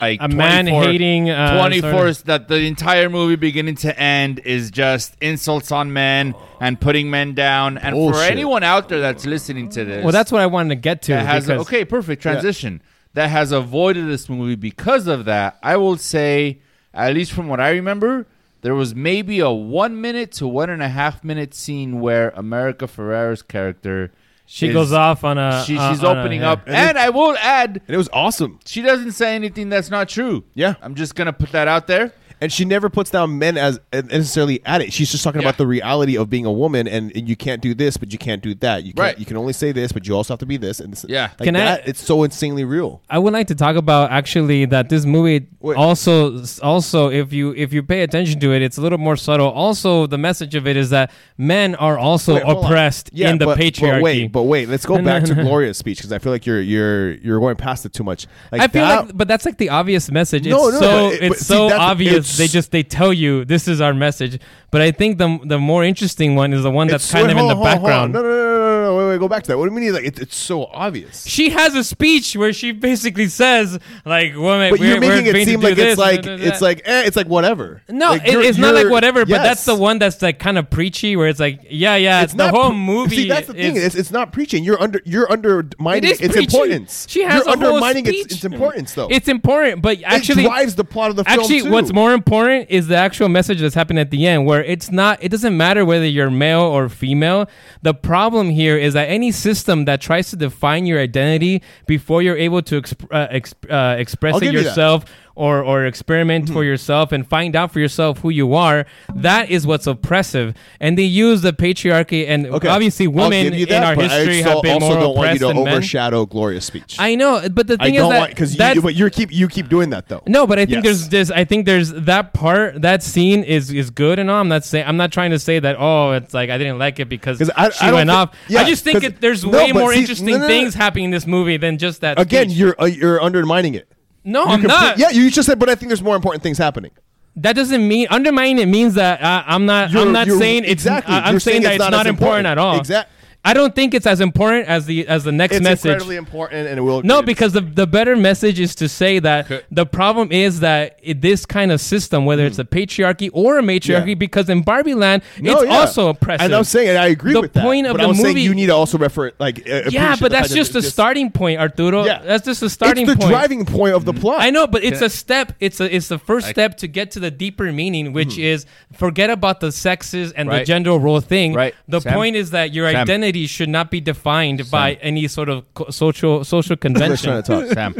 S4: like
S2: A man-hating, uh,
S4: twenty four
S2: sort
S4: that the entire movie beginning to end is just insults on men and putting men down and
S3: Bullshit.
S4: for anyone out there that's listening to this
S2: Well, that's what I wanted to get to.
S4: that has
S2: because-
S4: okay perfect transition that has avoided this movie because of that I will say at least from what I remember there was maybe a one minute to one and a half minute scene where America Ferrera's character
S2: she
S4: is-
S2: goes off on a.
S4: she,
S2: on-
S4: she's
S2: on a-
S4: opening
S2: yeah.
S4: up and I will add
S3: And it was awesome.
S4: she doesn't say anything that's not true
S3: Yeah.
S4: I'm just gonna put that out there.
S3: and she never puts down men as as necessarily at it. She's just talking
S4: Yeah.
S3: about the reality of being a woman, and, and you can't do this, but you can't do that. You can't,
S4: Right.
S3: You can only say this, but you also have to be this. And this,
S4: Yeah.
S3: like
S2: Can I-
S3: that, It's so insanely real.
S2: I would like to talk about actually that this movie
S3: Wait.
S2: also also if you if you pay attention to it, it's a little more subtle. Also, the message of it is that men are also
S3: Wait, hold on.
S2: oppressed
S3: Yeah,
S2: in the
S3: but-
S2: patriarchy.
S3: But wait, but wait, let's go
S2: No,
S3: back
S2: no,
S3: to
S2: no.
S3: Gloria's speech because I feel like you're you're you're going past it too much. Like
S2: I feel
S3: that-
S2: like, but that's like the obvious message. It's
S3: No, no,
S2: so
S3: but it- but
S2: it's
S3: see,
S2: so
S3: that's-
S2: obvious.
S3: it's-
S2: they just they tell you this is our message. But I think the the more interesting one is the one that's
S3: it's-
S2: kind
S3: wait,
S2: of in
S3: hold
S2: the
S3: on, hold on, hold on.
S2: background.
S3: No, no, no, no, no, no, wait, wait, go back to that. What do you mean? Like it, it's so obvious.
S2: She has a speech where she basically says like, "Woman,
S3: But
S2: we're,
S3: you're making
S2: we're going
S3: it
S2: to
S3: seem
S2: do
S3: like
S2: this,
S3: it's like
S2: da, da, da.
S3: it's like eh, it's like whatever.
S2: No,
S3: Like,
S2: it-
S3: you're-
S2: it's not like
S3: you're-
S2: whatever, but that's the
S3: yes.
S2: one that's like kind of preachy, where it's like, yeah, yeah, it's, the
S3: not
S2: whole
S3: pre-
S2: movie.
S3: See, that's the thing. It's, it's not preaching. You're under. You're undermining
S2: It is
S3: its
S2: preachy.
S3: importance.
S2: She has
S3: you're
S2: a whole
S3: undermining
S2: speech.
S3: its, its importance, though.
S2: It's important, but actually
S3: drives the plot of the film,
S2: Actually,
S3: too.
S2: what's more important is the actual message that's happening at the end, where it's not. It doesn't matter whether you're male or female. The problem here is that any system that tries to define your identity before you're able to exp- uh, exp- uh, express
S3: I'll
S2: it
S3: give you that. Mm-hmm.
S2: yourself or or experiment for yourself and find out for yourself who you are, that is what's oppressive. And they use the patriarchy and
S3: okay.
S2: obviously
S3: I'll
S2: women
S3: give you
S2: in
S3: that,
S2: our
S3: but I
S2: history
S3: also,
S2: have been
S3: also
S2: more
S3: don't want you
S2: oppressed
S3: to
S2: than men.
S3: overshadow Gloria's speech.
S2: I know, but the
S3: I
S2: thing is
S3: don't
S2: that
S3: want because
S2: that's-
S3: you, but you keep you keep doing that though.
S2: no, but I think
S3: Yes.
S2: there's this. I think there's that part. That scene is is good, and all. I'm not saying. I'm not trying to say that. Oh, it's like I didn't like it because
S3: 'Cause I-
S2: she
S3: I don't
S2: went
S3: thi-
S2: off.
S3: yeah,
S2: I just think
S3: 'cause-
S2: it, there's
S3: no,
S2: way
S3: but
S2: more
S3: see,
S2: interesting
S3: no, no, no.
S2: things happening in this movie than just that.
S3: Again,
S2: speech. Ah!
S3: you're uh, you're undermining it.
S2: no,
S3: You're
S2: I'm
S3: complete-
S2: not.
S3: Yeah, you just said, but I think there's more important things happening.
S2: That doesn't mean undermining. It means that uh, I'm not.
S3: You're-
S2: I'm not
S3: you're-
S2: saying it's.
S3: exactly.
S2: I- I'm
S3: You're
S2: saying,
S3: saying
S2: that
S3: it's
S2: it's not,
S3: not as important.
S2: important. at all.
S3: Exact-
S2: I don't think it's as important as the as the next
S3: It's
S2: message.
S3: incredibly important, and it will
S2: No,
S3: it-
S2: because the, the better message is to say that
S4: Okay.
S2: the problem is that it, this kind of system, whether it's a patriarchy or a matriarchy,
S3: Hmm. Yeah.
S2: because in Barbie Land,
S3: No,
S2: it's
S3: Oh, yeah.
S2: also oppressive.
S3: And I'm saying, and I agree
S2: The
S3: with that.
S2: point of
S3: but
S2: the
S3: I'm saying
S2: movie-
S3: you need to also refer like uh,
S2: yeah,
S3: appreciate
S2: but
S3: the fact
S2: that's
S3: that
S2: just the
S3: it's
S2: starting point, Arturo.
S3: Yeah,
S2: That's just the starting
S3: It's the
S2: point. Mm-hmm.
S3: driving point of the plot.
S2: I know, but it's
S4: Can I-
S2: a step. It's a it's the first step to get to the deeper meaning, which
S3: Hmm.
S2: is forget about the sexes and the
S4: Right.
S2: gender role thing.
S4: Right.
S2: The
S4: Sam?
S2: point is that your
S4: Sam.
S2: identity should not be defined by any sort of co- social social
S3: Let's
S2: convention.
S3: try to talk.
S4: Sam.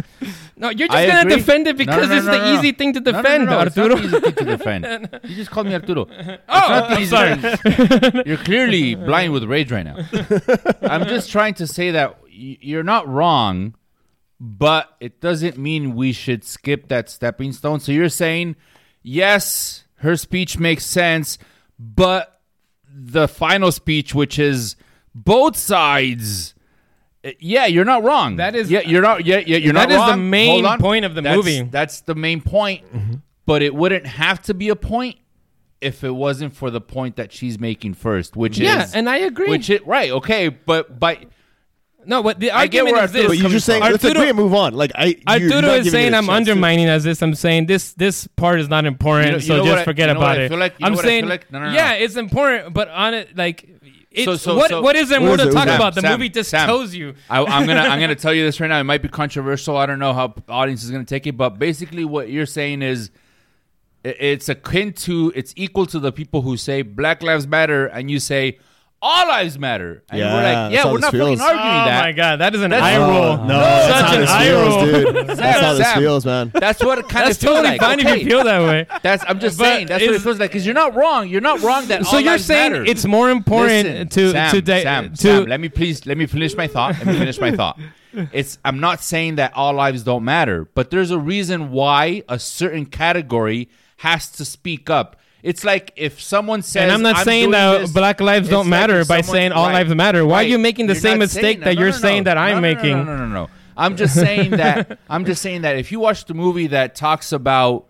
S2: No, you're just
S4: I
S2: gonna
S4: agree.
S2: defend it
S4: No, no,
S2: because
S4: no,
S2: it's
S4: no,
S2: the
S4: no, no.
S2: easy thing to
S4: No, no,
S2: defend,
S4: no, no, it's not
S2: Arturo.
S4: the easy thing to defend. You just called me Arturo.
S2: oh,
S4: I'm sorry. You're clearly blind with rage right now. I'm just trying to say that y- you're not wrong, but it doesn't mean we should skip that stepping stone. So you're saying, yes, her speech makes sense, but the final speech, which is both sides. eh, Yeah, you're not wrong.
S2: That is-
S4: yeah, you're not. Yeah, yeah, you're
S2: That
S4: not
S2: is the
S4: wrong.
S2: main
S4: Hold on.
S2: point of the
S4: That's-
S2: movie. Mm-hmm.
S4: That's the main point. But it wouldn't have to be a point if it wasn't for the point that she's making first, which
S2: Yeah,
S4: is
S2: and I agree.
S4: Which is right, okay, but but
S2: no, what the
S4: I get
S2: argument
S4: where
S2: is
S4: Arturo's
S2: this.
S3: But you're just saying let's
S2: Arturo-
S3: agree and move on. Like I, you're
S2: Arturo
S3: not
S2: is
S3: giving
S2: saying
S3: it a chance
S2: I'm
S3: to-
S2: undermining as this. I'm saying this this part is not important,
S4: You know- you
S2: so
S4: know
S2: just
S4: what I-
S2: forget
S4: you know what
S2: about
S4: I
S2: it.
S4: feel like? You know
S2: I'm
S4: what I
S2: saying,
S4: feel like? No, no, no,
S2: yeah,
S4: no.
S2: it's important, but on it, like, it's,
S4: So- so-
S2: what
S4: so-
S2: what is there
S3: What
S2: more
S3: is
S2: to
S3: it?
S2: talk
S3: Sam,
S2: about? The
S4: Sam,
S2: movie just
S4: Sam,
S2: tells you.
S4: I, I'm gonna I'm gonna tell you this right now. It might be controversial. I don't know how the audience is gonna take it, but basically what you're saying is i- it's akin to it's equal to the people who say Black Lives Matter and you say all lives matter. And we're
S3: Yeah,
S4: like,
S3: that's how
S4: yeah, we're
S3: this
S4: not
S3: feels.
S4: fucking arguing
S2: oh
S4: that.
S2: my god, that is an
S4: That's-
S2: eye roll.
S3: No, that's
S2: such
S3: how
S2: an
S3: this
S2: eye
S3: feels,
S2: roll.
S3: dude. That's how this
S4: Sam.
S3: feels, man.
S4: That's what it kind
S2: That's
S4: of feels
S2: totally
S4: like.
S2: fine
S4: okay.
S2: if you feel that way.
S4: That's I'm just
S2: But
S4: saying that's what it
S2: is-
S4: feels like because you're not wrong. You're not wrong that
S2: So
S4: all
S2: you're
S4: lives
S2: saying
S4: matter.
S2: it's more important
S4: Listen,
S2: to
S4: Sam,
S2: to di-
S4: Sam,
S2: to
S4: Sam, let me please let me finish my thought. Let me finish my thought. It's I'm not saying that all lives don't matter, but there's a reason why a certain category has to speak up. It's like if someone says,
S2: and I'm not saying
S4: doing
S2: that
S4: this,"
S2: black lives
S4: it's
S2: don't
S4: like
S2: matter
S4: if
S2: by
S4: someone-
S2: saying all
S4: right,
S2: lives matter. Why
S4: right.
S2: are you making the
S4: You're
S2: same
S4: not saying
S2: mistake that,
S4: No,
S2: you're
S4: no, no,
S2: saying
S4: no.
S2: that I'm
S4: No, no, no,
S2: making?
S4: No, no, no, no, no. I'm just saying that. I'm just saying that if you watch the movie that talks about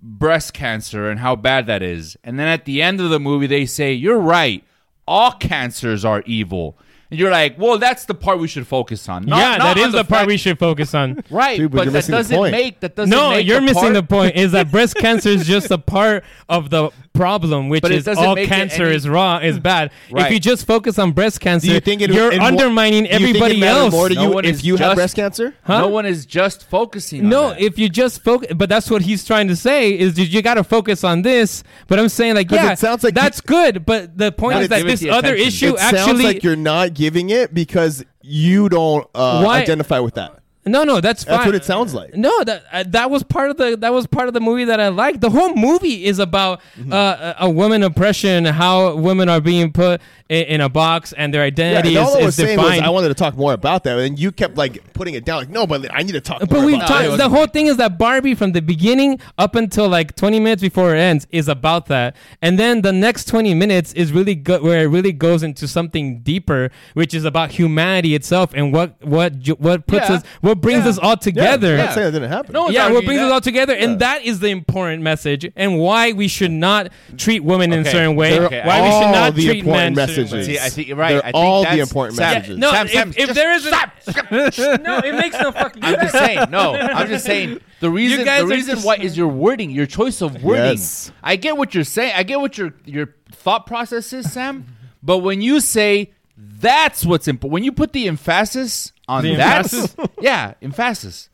S4: breast cancer and how bad that is. And then at the end of the movie, they say, You're right. All cancers are evil. And you're like, Well, that's the part we should focus on. Not-
S2: yeah,
S4: not
S2: that
S4: on
S2: is the, part
S4: fact-
S2: we should focus on.
S4: Right,
S3: Dude, but
S4: but,
S3: you're
S4: that
S3: missing the
S4: doesn't
S3: point.
S4: make that doesn't
S2: No,
S4: make
S2: you're missing
S4: part-
S2: the point. Is that breast cancer is just a part of the problem, which
S4: But it
S2: is
S4: doesn't
S2: all
S4: make it
S2: cancer
S4: any-
S2: is wrong is bad. If
S4: Right.
S2: you just focus on breast cancer,
S3: Do you think it,
S2: you're
S3: it,
S2: undermining
S3: do you think it
S2: everybody
S3: mattered
S2: else.
S3: More to
S4: No
S3: you
S4: one
S3: if
S4: is
S3: you had
S4: just-
S3: breast cancer?
S4: No one is just focusing on
S2: No,
S4: that.
S2: if you just focus, but that's what he's trying to say is that you got to focus on this. But I'm saying like,
S3: 'Cause
S2: yeah,
S3: it sounds like
S2: that's
S3: you-
S2: good. But the point
S4: Not
S2: is that
S4: give it
S2: this
S4: the
S2: other
S4: attention.
S2: issue
S3: it sounds
S2: actually
S3: like you're not giving it because you don't uh,
S2: Why-
S3: identify with that.
S2: No, no, that's fine.
S3: That's what it sounds like.
S2: No, that uh, that was part of the that was part of the movie that I liked. The whole movie is about
S3: Mm-hmm.
S2: uh, a, a woman oppression, how women are being put in, in a box, and their
S3: Yeah,
S2: identity
S3: and all
S2: is,
S3: I
S2: is
S3: was saying was
S2: defined.
S3: I wanted to talk more about that, and you kept like putting it down. Like, no, but I need to talk.
S2: Uh, but
S3: more
S2: we've
S3: about
S2: talked.
S3: that."
S2: the whole thing is that Barbie, from the beginning up until like 20 minutes before it ends, is about that. And then the next 20 minutes is really good, where it really goes into something deeper, which is about humanity itself and what what ju- what puts
S4: Yeah.
S2: us, what brings
S4: Yeah.
S2: us all together.
S3: I'm not saying that didn't happen.
S4: No one's
S2: yeah, what
S4: arguing
S2: brings
S4: that.
S2: us all together, and that is the important message, and why we should not treat women in a
S4: Okay.
S2: certain way.
S4: They're
S2: why we should
S3: all
S2: not
S3: the
S2: treat men.
S3: important
S2: certain
S3: messages.
S2: ways.
S4: See, I think you're right.
S3: They're
S4: I think
S3: all the
S4: that's,
S3: important
S4: Sam,
S3: messages.
S2: No,
S4: Sam,
S2: if,
S4: Sam,
S2: if
S4: just
S2: there isn't,
S4: stop.
S2: no, it makes no fucking.
S4: I'm just saying. No, I'm just saying. The reason,
S2: guys
S4: the
S2: are
S4: reason
S2: just-
S4: why is your wording, your choice of wording.
S3: Yes.
S4: I get what you're saying. I get what your your thought process is, Sam. but when you say that's what's important, when you put the emphasis on
S2: The
S4: that,
S2: emphasis?
S4: yeah, emphasis.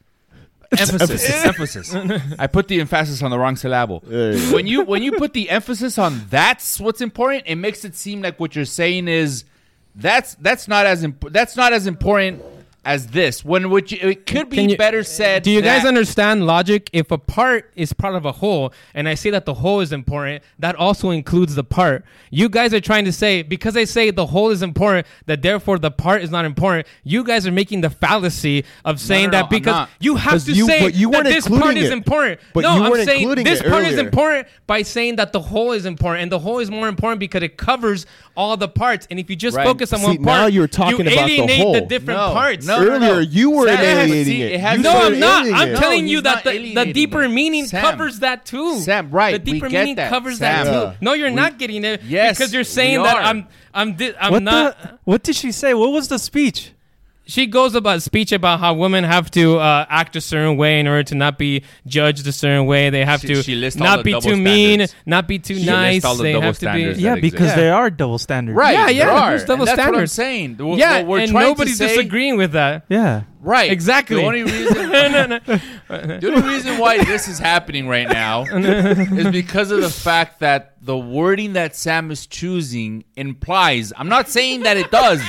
S4: Emphasis, emphasis. I put the emphasis on the wrong syllable. When you when you put the emphasis on that's what's important, it makes it seem like what you're saying is that's that's not as imp- that's not as important as this. When would you, it could be
S2: Can you-
S4: better said?
S2: Do you guys
S4: that-
S2: understand logic? If a part is part of a whole, and I say that the whole is important, that also includes the part. You guys are trying to say because I say the whole is important, that therefore the part is not important. You guys are making the fallacy of saying
S4: no, no,
S2: that because
S4: I'm not.
S2: you have
S3: 'Cause
S2: to
S3: you-
S2: say
S3: but you
S2: that
S3: weren't
S2: this
S3: including
S2: part is
S3: it.
S2: important.
S3: But
S2: no,
S3: you
S2: I'm
S3: weren't
S2: saying
S3: including
S2: this
S3: it
S2: part is
S3: earlier.
S2: important by saying that the whole is important, and the whole is more important because it covers all the parts. And if you just
S4: Right.
S2: focus on
S3: See,
S2: one part,
S3: now you're talking
S2: you
S3: about the
S2: alienate
S3: whole.
S2: different
S4: No,
S2: parts.
S4: no,
S3: Earlier, you were
S4: Sam,
S3: alienating
S4: see,
S3: it.
S4: it has-
S3: You
S2: No,
S3: were
S2: I'm not.
S3: alienating
S2: I'm
S3: it.
S2: telling
S4: No,
S2: you
S4: he's
S2: that
S4: not
S2: the, the
S4: alienating
S2: deeper
S4: it.
S2: meaning
S4: Sam.
S2: covers that too.
S4: Sam, right,
S2: The deeper
S4: we get
S2: meaning
S4: that,
S2: covers
S4: Sam.
S2: that too. No, you're not getting it.
S4: Yes,
S2: because you're
S4: we
S2: saying that
S4: are.
S2: I'm I'm di- I'm
S9: What
S2: not.
S9: the, What did she say? What was the speech?
S2: She goes about speech about how women have to uh, act a certain way in order to not be judged a certain way. They have
S4: She-
S2: to
S4: she lists all
S2: not
S4: the
S2: be
S4: double
S2: too mean,
S4: standards.
S2: not be too
S4: She
S2: nice.
S4: lists all the
S2: they
S4: double
S2: have to
S4: standards.
S2: be.
S4: that
S9: Yeah, because
S4: exist?
S9: they are double standards.
S4: Right.
S2: Yeah, yeah,
S4: there are.
S2: there's double
S4: And that's what I'm
S2: standards.
S4: saying. The-
S2: Yeah,
S4: what we're
S2: and
S4: trying to
S2: nobody's
S4: say-
S2: disagreeing with that.
S9: Yeah.
S4: Right.
S2: Exactly.
S4: The only reason the only reason why this is happening right now is because of the fact that the wording that Sam is choosing implies I'm not saying that it does,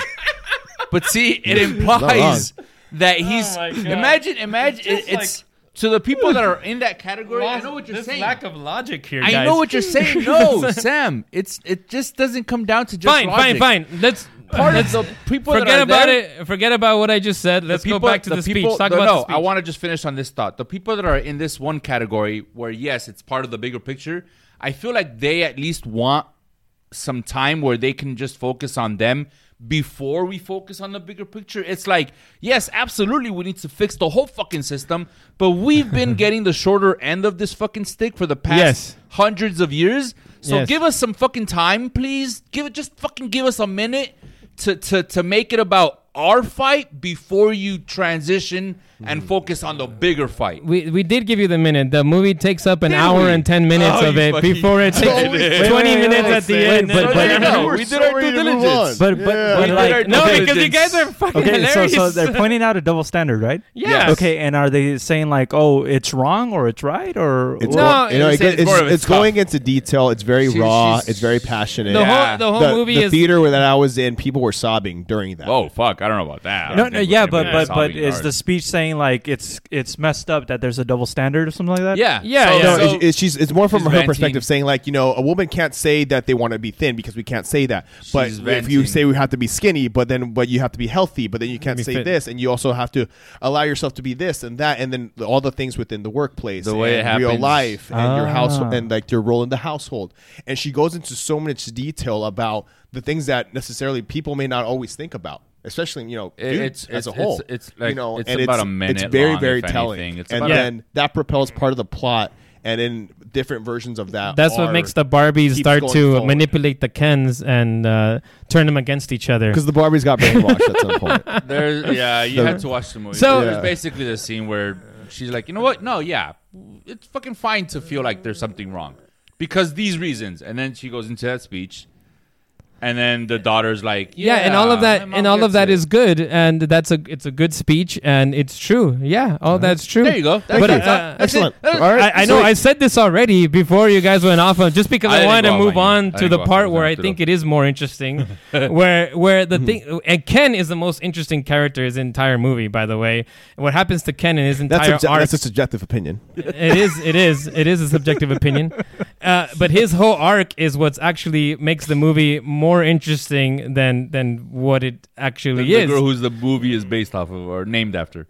S4: but see, it implies that he's
S2: Oh my God.
S4: imagine imagine
S2: It's
S4: it,
S2: just
S4: it's to the people that are in that category, I know what you're
S2: This
S4: saying.
S2: Lack of logic here.
S4: I
S2: guys.
S4: know what you're saying. No, Sam, it's it just doesn't come down to just
S2: Fine,
S4: logic.
S2: fine, fine. Let's
S4: Part of the people that
S2: forget
S4: are
S2: about
S4: there-
S2: it. Forget about what I just said. Let's
S4: the people-
S2: go back to the, speech.
S4: people-
S2: Talk
S4: no,
S2: about
S4: no,
S2: the speech.
S4: I want to just finish on this thought. The people that are in this one category, where yes, it's part of the bigger picture. I feel like they at least want some time where they can just focus on them before we focus on the bigger picture. It's like, yes, absolutely, we need to fix the whole fucking system, but we've been getting the shorter end of this fucking stick for the past
S2: Yes.
S4: hundreds of years. So
S2: Yes.
S4: give us some fucking time, please. Give it just fucking give us a minute to to to make it about our fight before you transition and focus on the bigger fight.
S2: we, we did give you the minute. The movie takes up an
S4: Did
S2: hour
S4: we?
S2: and ten minutes
S4: Oh,
S2: of
S4: you
S2: it
S4: fucking-
S2: before it takes
S3: we did.
S2: twenty
S9: Wait, wait,
S2: minutes
S9: wait,
S2: at the
S9: wait,
S2: end.
S9: wait, but-
S2: But,
S9: So there you
S2: but-
S9: go.
S3: were
S4: We did
S3: so
S4: our due
S3: ready to move
S4: diligence.
S3: on.
S9: But but,
S3: Yeah.
S9: but
S4: We did
S9: like
S4: our
S2: no,
S4: Okay.
S2: because you guys are fucking
S9: okay, so
S2: hilarious.
S9: so they're pointing out a double standard, right?
S2: yes.
S9: Okay, and are they saying like, oh, it's wrong or it's right or what?
S3: It's
S2: No,
S3: go- you know,
S4: it's-
S3: it go-
S4: it's
S3: it's,
S4: more of a
S3: it's
S4: tough-
S3: going into detail. It's very
S4: She's-
S3: raw.
S4: she's-
S3: It's very passionate.
S2: The
S4: Yeah.
S2: whole the whole
S3: the,
S2: movie
S3: the
S2: is
S3: theater where that I was in, people were sobbing during that.
S4: Oh fuck, I don't know about that. I
S9: no,
S4: don't
S9: no,
S4: think
S9: yeah,
S4: we're
S9: but
S4: gonna be
S9: but but
S4: solving
S9: is
S4: ours.
S9: the speech saying like it's it's messed up that there's a double standard or something like that?
S4: yeah
S2: Yeah,
S4: So-
S2: yeah.
S3: No,
S4: so-
S3: it's, it's, she's, it's more from
S4: she's
S3: her
S4: venting.
S3: perspective, saying like you know, a woman can't say that they want to be thin because we can't say that. But
S4: She's
S3: if you
S4: venting.
S3: say we have to be skinny, but then but you have to be healthy, but then you can't
S2: Be
S3: say
S2: fit.
S3: this, and you also have to allow yourself to be this and that, and then all the things within the workplace,
S4: The way it
S3: and real
S4: happens.
S3: life, and your
S9: Ah.
S3: household, and like your role in the household. And she goes into so much detail about the things that necessarily people may not always think about. Especially, you know,
S4: It-
S3: dudes
S4: it's-
S3: as a
S4: it's-
S3: whole,
S4: it's- it's
S3: you
S4: like-
S3: know,
S4: it's
S3: and
S4: about
S3: it's,
S4: a minute
S3: It's very,
S4: long,
S3: very
S4: if
S3: telling,
S4: anything. It's
S3: and
S4: about a-
S3: then that propels part of the plot and then different versions of that
S2: That's what makes the Barbies
S3: keeps
S2: start
S3: going
S2: to
S3: forward.
S2: manipulate the Kens and uh, turn them against each other.
S3: because the barbies got brainwashed at some point
S4: There's, yeah, you had to watch the movie.
S2: So-
S4: So there's
S3: Yeah.
S4: basically the scene where she's like, you know what? No, yeah, it's fucking fine to feel like there's something wrong because these reasons. And then she goes into that speech, and then the daughter's like,
S2: yeah,
S4: yeah,
S2: and all of that
S4: my mom
S2: and all of
S4: gets
S2: that
S4: it."
S2: is good and that's a it's a good speech and it's true yeah all that's true
S4: There you go. That's
S2: but
S4: it.
S2: uh, uh,
S3: Excellent.
S2: I-
S3: All right.
S2: I, know
S3: So-
S2: I said this already before you guys went off on just because
S4: I
S2: I,
S4: didn't
S2: wanted
S4: go
S2: to
S4: off on
S2: move
S4: you.
S2: on
S4: I
S2: to
S4: didn't
S2: the
S4: go off
S2: part
S4: on
S2: where I
S4: that,
S2: think it is more interesting where where the thing and Ken is the most interesting character in his entire movie by the way what happens to Ken in his
S3: That's,
S2: entire
S3: obje-
S2: arc
S3: that's a subjective opinion.
S2: it is it is it is a subjective opinion uh, but his whole arc is what's actually makes the movie more interesting than than what it
S4: the,
S2: actually
S4: the
S2: is
S4: girl who's the movie is based off of or named after.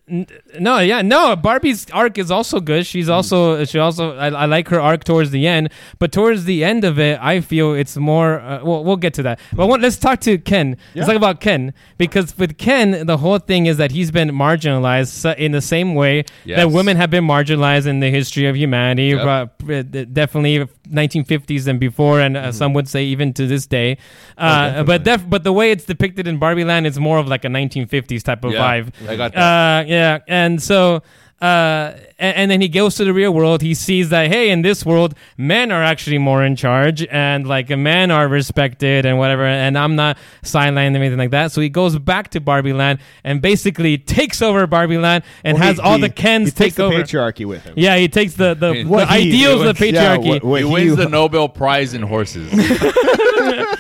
S2: no yeah no barbie's arc is also good she's
S4: Mm.
S2: also she also I, I like her arc towards the end but towards the end of it i feel it's more uh, well we'll get to that but one, let's talk to ken let's talk about ken because with ken the whole thing is that he's been marginalized so- in the same way
S4: Yes.
S2: that women have been marginalized in the history of humanity
S4: Yep.
S2: uh, pr- definitely 1950s and before and
S4: Mm-hmm.
S2: uh, some would say even to this day
S4: Oh,
S2: uh, but def- but the way it's depicted in barbie land is more of like a 1950s type of
S4: Yeah,
S2: vibe
S4: I got that.
S2: uh, yeah, and so. Uh, and, and then he goes to the real world. He sees that hey, in this world, men are actually more in charge, and like men are respected and whatever. And I'm not sidelined or anything like that. So he goes back to Barbie Land and basically takes over Barbie Land and
S3: Well,
S2: has
S3: he-
S2: all
S3: he-
S2: the Kens
S3: he takes
S2: take over.
S3: the patriarchy with him.
S2: Yeah, he takes the the, the
S4: What
S3: he-
S2: ideals of the
S3: yeah,
S2: patriarchy.
S3: what- what
S4: he wins
S3: he-
S4: the Nobel Prize in horses,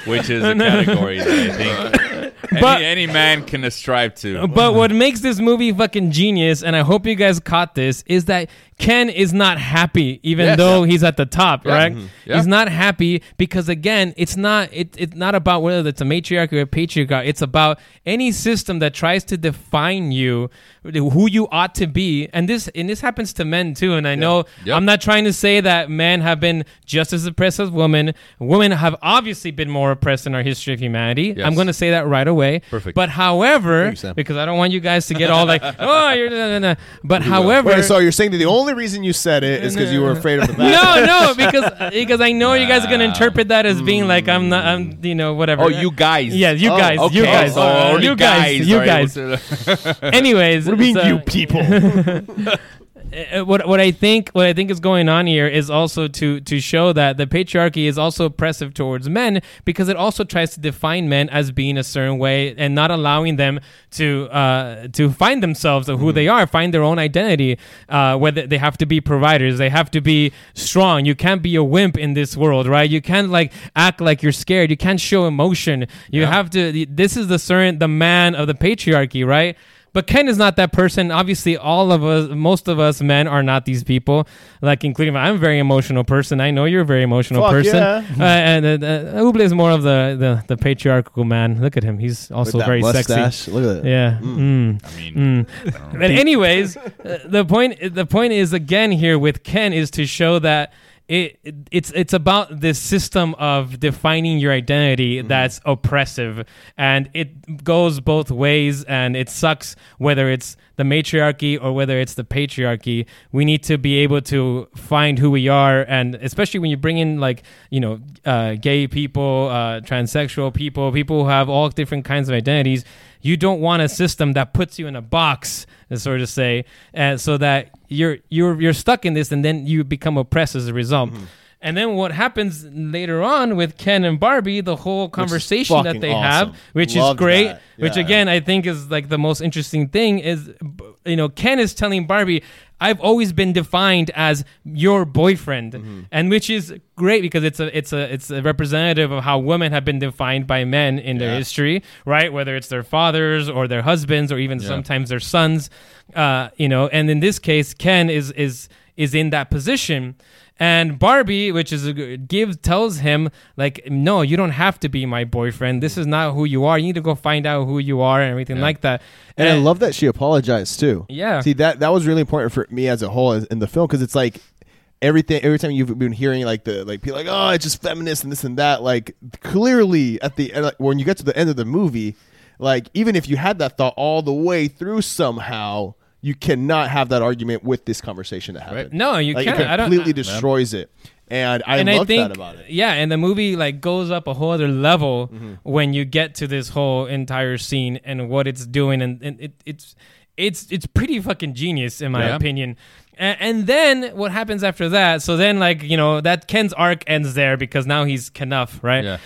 S4: which is a category that I think any,
S2: But-
S4: any man can strive to.
S2: Uh, But what makes this movie fucking genius, and I hope you guys caught this, is that Ken is not happy, even
S4: Yes.
S2: though he's at the top,
S4: Yeah.
S2: right?
S4: Mhm. Yeah.
S2: He's not happy because again, it's not it, it's not about whether it's a matriarchy or a patriarchy. It's about any system that tries to define you, who you ought to be, and this and this happens to men too. And I know
S4: Yep.
S2: I'm not trying to say that men have been just as oppressed as women. Women have obviously been more oppressed in our history of humanity.
S4: Yes.
S2: I'm going to say that right away.
S4: Perfect.
S2: But however,
S3: you, Sam.
S2: because I don't want you guys to get all like, oh, you're. Nah, nah, nah. But however,
S3: Wait, so you're saying that the only reason you said it is because you were afraid of the back?
S2: no, no, because because I know you guys are gonna interpret that as being like I'm not, I'm you know whatever.
S4: oh, you guys.
S2: Yeah, you
S3: Mm. Oh,
S2: guys, you
S3: okay. Oh,
S2: guys, uh,
S4: So only
S2: you guys,
S4: guys
S2: you
S4: are
S2: guys.
S4: able to-
S2: Anyways,
S3: What do you mean,
S2: so-
S3: you people?
S2: uh, what what I think what I think is going on here is also to to show that the patriarchy is also oppressive towards men because it also tries to define men as being a certain way and not allowing them to uh, to find themselves of who they are, find their own identity. Uh, whether they have to be providers, they have to be strong. You can't be a wimp in this world, right? You can't like act like you're scared. You can't show emotion. You have to. This is the certain the man of the patriarchy, right? But Ken is not that person. Obviously, all of us, most of us men, are not these people. Like, including I'm a very emotional person. I know you're a very emotional
S3: Fuck
S2: person.
S3: yeah.
S2: Uh, and uh, uh, Uble is more of the, the the patriarchal man. Look at him. He's also very sexy.
S3: Look at that.
S2: Yeah. Mm.
S4: I mean,
S2: But anyways, uh, the point the point is again here with Ken is to show that it it's it's about this system of defining your identity that's oppressive and it goes both ways and it sucks whether it's the matriarchy or whether it's the patriarchy we need to be able to find who we are and especially when you bring in like you know uh, gay people uh, transsexual people people who have all different kinds of identities you don't want a system that puts you in a box, so to say, uh, so that you're you're you're stuck in this, and then you become oppressed as a result.
S3: Mm-hmm.
S2: And then what happens later on with Ken and Barbie, the whole conversation that
S3: fucking
S2: they
S3: awesome.
S2: have, which
S3: Loved
S2: is great,
S3: that.
S2: which
S3: Yeah.
S2: again I think is like the most interesting thing is, b- you know, Ken is telling Barbie, "I've always been defined as your boyfriend," and which is great because it's a it's a it's a representative of how women have been defined by men in their history, right? Whether it's their fathers or their husbands or even sometimes their sons, uh, you know. And in this case, Ken is is is in that position. And Barbie, which is a g- gives, tells him like, no, you don't have to be my boyfriend. This is not who you are. You need to go find out who you are and everything like that.
S3: And I love that she apologized too.
S2: Yeah.
S3: See that that was really important for me as a whole as- in the film because it's like everything. Every time you've been hearing like the like people like oh it's just feminist and this and that like clearly at the end like, when you get to the end of the movie like even if you had that thought all the way through somehow you cannot have that argument with this conversation that happened.
S2: No, you
S3: Like,
S2: can't.
S3: It
S2: I don't-
S3: completely destroys it. And I
S2: and
S3: love
S2: I think
S3: that about it. Mm-hmm.
S2: yeah, and the movie like goes up a whole other level when you get to this whole entire scene and what it's doing, and, and it, it's it's it's pretty fucking genius in my
S4: Yeah.
S2: opinion. And, and then what happens after that? So then, like you know, that Ken's arc ends there because now he's Knuff, right?
S4: Yeah.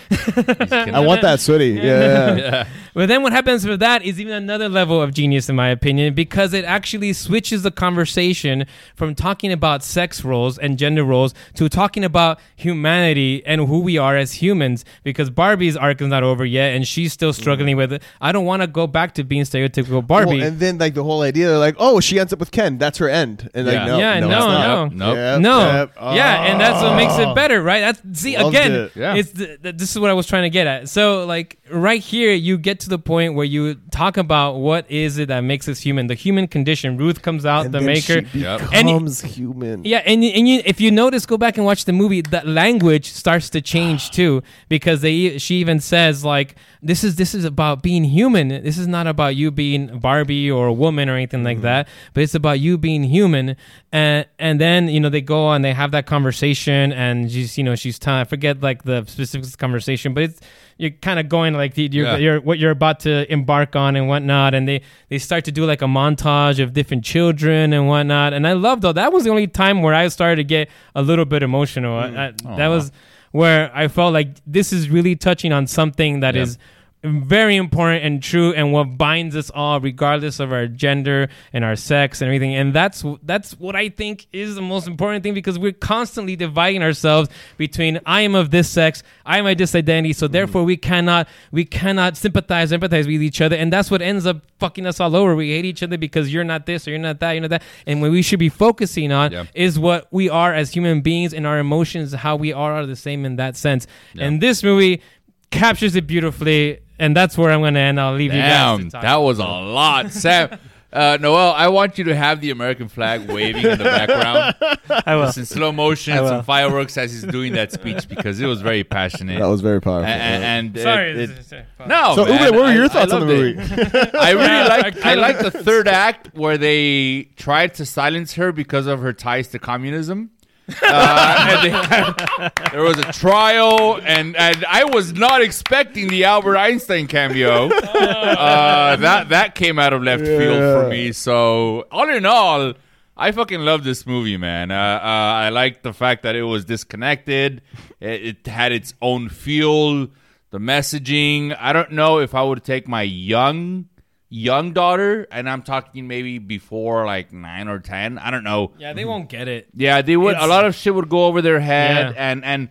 S3: I want that hoodie. Yeah, yeah. yeah.
S2: But then what happens with that is even another level of genius, in my opinion, because it actually switches the conversation from talking about sex roles and gender roles to talking about humanity and who we are as humans. Because Barbie's arc is not over yet, and she's still struggling with it. I don't want to go back to being stereotypical Barbie.
S3: Mm. Well, and then like the whole idea, they're like, oh, she ends up with Ken. That's her end. And
S4: Yeah.
S3: like, no,
S2: yeah,
S3: no,
S2: no,
S3: it's not.
S2: no,
S4: Nope,
S3: Yep,
S2: no,
S3: yep.
S2: yeah, and that's what makes it better, right? That's see
S3: Loved
S2: again,
S3: it.
S4: Yeah.
S2: it's the, th- this is what I was trying to get at. So like right here, you get to the point where you talk about what is it that makes us human, the human condition. Ruth comes out,
S3: And
S2: the
S3: then
S2: maker,
S3: she
S4: Yep.
S2: And-
S3: becomes human.
S2: yeah, and and you, if you notice, go back and watch the movie. The language starts to change too because they she even says like this is this is about being human. This is not about you being Barbie or a woman or anything like that, but it's about you being human. And and then you know they go on, they have that conversation, and she's you know she's telling I forget like the specifics of the conversation, but it's you're kind of going like the, you're,
S4: Yeah.
S2: you're what you're about to embark on and whatnot and they they start to do like a montage of different children and whatnot and i loved all that was the only time where i started to get a little bit emotional I- I- that was where i felt like this is really touching on something that
S4: Yeah.
S2: is very important and true and what binds us all regardless of our gender and our sex and everything and that's that's what i think is the most important thing because we're constantly dividing ourselves between i am of this sex i am of this identity so therefore we cannot we cannot sympathize empathize with each other and that's what ends up fucking us all over we hate each other because you're not this or you're not that you're not that and what we should be focusing on
S4: Yeah.
S2: is what we are as human beings and our emotions how we are are the same in that sense and this movie captures it beautifully, and that's where I'm going to end. I'll leave you
S4: Damn,
S2: guys. To talk.
S4: that was a lot, Sam. Uh, Noel, I want you to have the American flag waving in the background.
S9: I will.
S4: It's in slow motion, some
S9: will.
S4: fireworks as he's doing that speech because it was very passionate.
S3: That was very powerful.
S4: A- a- and, it-
S2: Sorry.
S4: it-
S2: this is-
S4: no.
S3: so,
S4: man,
S3: Ube, what were
S4: I-
S3: your
S4: I
S3: thoughts on the
S4: loved it.
S3: movie?
S4: I really
S2: Yeah,
S4: like
S2: I
S4: I like the third act where they tried to silence her because of her ties to communism. Uh, and they had- there was a trial, and, and I was not expecting the Albert Einstein cameo. Uh, that that came out of left field for me. So all in all, I fucking love this movie, man. Uh, uh, I like the fact that it was disconnected. It, it had its own feel. The messaging. I don't know if I would take my young young daughter, and I'm talking maybe before like nine or ten. I don't know.
S2: yeah, they won't get it.
S4: Yeah, they would. a
S2: It's-
S4: lot of shit would go over their head,
S2: Yeah.
S4: and and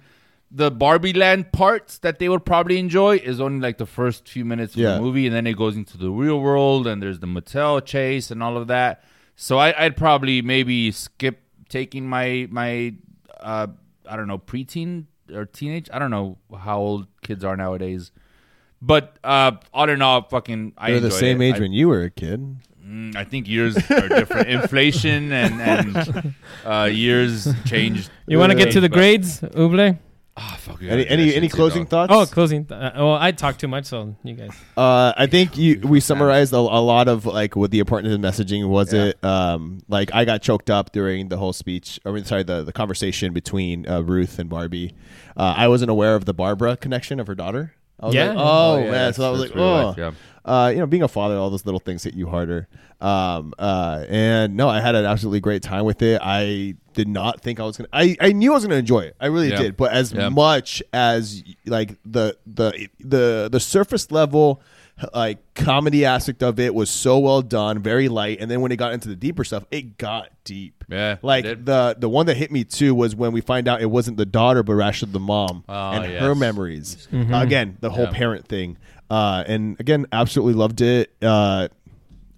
S4: the Barbie Land parts that they would probably enjoy is only like the first few minutes of
S3: Yeah.
S4: the movie, and then it goes into the real world, and there's the Mattel chase and all of that. So I, I'd probably maybe skip taking my my uh, I don't know preteen or teenage. I don't know how old kids are nowadays. But uh, all in all, fucking, I
S3: They're the
S4: enjoyed
S3: same
S4: it.
S3: age
S4: I-
S3: when you were a kid.
S4: I think years are different. Inflation and, and uh, years changed.
S2: You want to get to the
S4: But-
S2: grades, Uble?
S4: Ah, fuck, we gotta
S3: Any
S4: do that
S3: any
S4: shit
S3: any
S4: too,
S3: closing
S4: dog.
S3: thoughts?
S2: Oh, closing. Th- uh, well, I talked too much, so you guys.
S3: Uh, I think you, we summarized a, a lot of like what the importance of messaging was. It um, like I got choked up during the whole speech. I mean, sorry, the, the conversation between uh, Ruth and Barbie. Uh, I wasn't aware of the Barbara connection of her daughter. I was
S2: Yeah.
S3: like, oh,
S4: Oh, yeah,
S3: man, so I
S4: that's-
S3: was like,
S4: that's really
S3: oh,
S4: like, yeah.
S3: uh, you know, being a father, all those little things hit you harder. Um, uh, and no, I had an absolutely great time with it. I did not think I was gonna. I, I knew I was gonna enjoy it. I really
S4: Yeah.
S3: did. But as
S4: Yeah.
S3: much as like the the the the surface level like comedy aspect of it was so well done, very light. And then when it got into the deeper stuff, it got deep.
S4: Yeah, it
S3: like
S4: did.
S3: the the one that hit me too was when we find out it wasn't the daughter, but actually the mom
S2: Ah,
S4: Oh,
S3: and
S4: yes.
S3: her memories. Uh, Again, the whole parent thing. Uh, and again, absolutely loved it. Uh,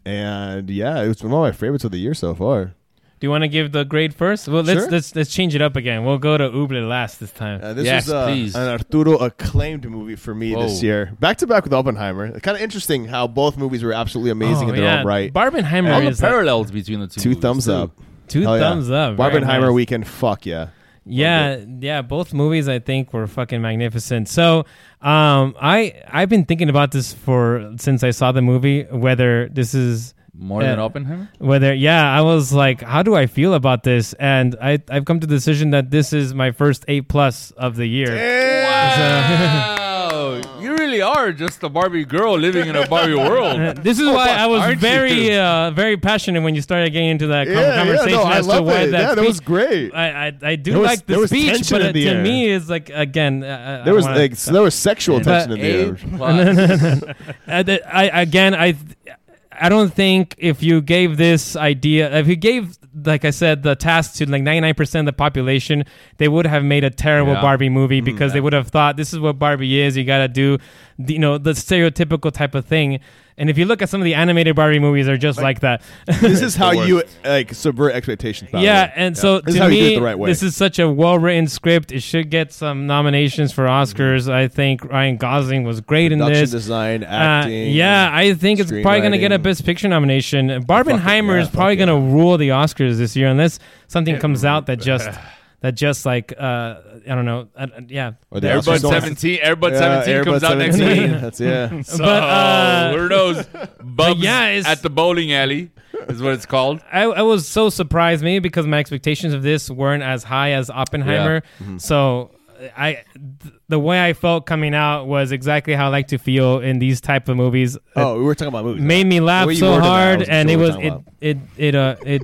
S3: and yeah, it was one of my favorites of the year so far.
S2: Do you want to give the grade first? Well, let's
S3: Sure.
S2: let's let's change it up again. We'll go to Uble last this time.
S3: Uh, this
S4: Yes,
S3: was uh,
S4: please.
S3: an Arturo acclaimed movie for me this
S4: Whoa.
S3: year, back to back with Oppenheimer. Kind of interesting how both movies were absolutely amazing
S2: Oh,
S3: in their
S2: yeah.
S3: own right.
S2: Barbenheimer
S4: All the
S2: is like-
S4: parallels between the two.
S3: Two
S4: movies,
S3: thumbs
S4: too.
S3: up.
S2: two
S3: Hell yeah.
S2: thumbs up. Very
S3: Barbenheimer
S2: nice.
S3: weekend. Fuck yeah.
S2: Yeah, yeah, both movies I think were fucking magnificent. So, um, I I've been thinking about this for since I saw the movie whether this is
S4: More
S2: Yeah.
S4: than Oppenheimer.
S2: whether yeah i was like how do i feel about this and i i've come to the decision that this is my first a plus of the year
S4: Wow, you really really are just a Barbie girl living in a Barbie world.
S2: This is
S3: Oh,
S2: why I was
S4: Aren't you?
S2: very, uh, very passionate when you started getting into that con-
S3: Yeah, yeah,
S2: conversation
S3: no, I
S2: as to
S3: love
S2: why
S3: it.
S2: that.
S3: Yeah, that
S2: speech-
S3: was great.
S2: I, I, I do
S3: There was-
S2: like
S3: there
S2: the
S3: was
S2: speech,
S3: tension
S2: but
S3: in
S2: it,
S3: the
S2: to
S3: air.
S2: me is like again. Uh, uh,
S3: There
S2: I
S3: was
S2: wanna-
S3: like there was sexual tension in the
S4: A
S3: air.
S4: plus.
S2: I, th- Uh, I again I I don't think if you gave this idea if you gave like I said the task to like 99% of the population they would have made a terrible
S4: Yeah.
S2: Barbie movie because they would have thought this is what Barbie is you got to do the, you know the stereotypical type of thing and if you look at some of the animated Barbie movies they're just like, that
S3: This is how you like subvert expectations. by the
S2: yeah
S3: way.
S2: and so
S3: This is
S2: to
S3: how you do it
S2: me
S3: the right way.
S2: this is such a well written script it should get some nominations for Oscars I think Ryan Gosling was great in
S3: production
S2: this
S3: design,
S2: uh,
S3: acting.
S2: yeah, I think it's probably going to get a
S3: screenwriting.
S2: Best Picture nomination. Barbenheimer
S3: yeah,
S2: is
S3: fuck
S2: probably
S3: yeah.
S2: going to rule the Oscars this year unless something comes out that just that just like uh, I don't know. Uh, yeah.
S3: Or the
S4: Airbud
S3: Oscars don't-
S4: 17. Airbud
S3: Yeah,
S4: 17
S3: Air
S4: comes
S3: Bud
S4: out
S3: 17.
S4: next week.
S3: That's yeah.
S4: So,
S2: But, uh,
S4: who knows? Bubs
S2: yeah, it's-
S4: at the bowling alley is what it's called.
S2: I, I was so surprised, maybe because my expectations of this weren't as high as Oppenheimer. Mm-hmm.
S3: Mm-hmm.
S2: So I, th- the way I felt coming out was exactly how I like to feel in these type of movies.
S3: Oh, we were talking about movies.
S2: made me
S3: The
S2: laugh
S3: way you
S2: so
S3: worded that, I
S2: hard
S3: wasn't
S2: and
S3: sure
S2: it
S3: what
S2: was
S3: you're
S2: it
S3: talking
S2: it it uh it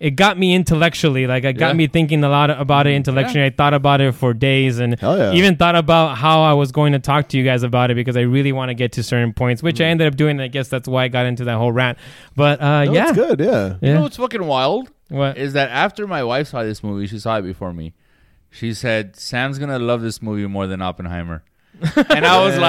S2: it got me intellectually like it got
S4: Yeah.
S2: me thinking a lot about it intellectually i thought about it for days and
S3: Hell yeah.
S2: even thought about how i was going to talk to you guys about it because i really want to get to certain points which i ended up doing and i guess that's why i got into that whole rant but uh
S3: Mm. No,
S2: yeah
S3: it's good. Yeah.
S2: yeah
S4: You know what's fucking wild?
S2: What?
S4: Is that after my wife saw this movie, she saw it before me. She said, Sam's going to love this movie more than Oppenheimer. And I was
S3: Dang.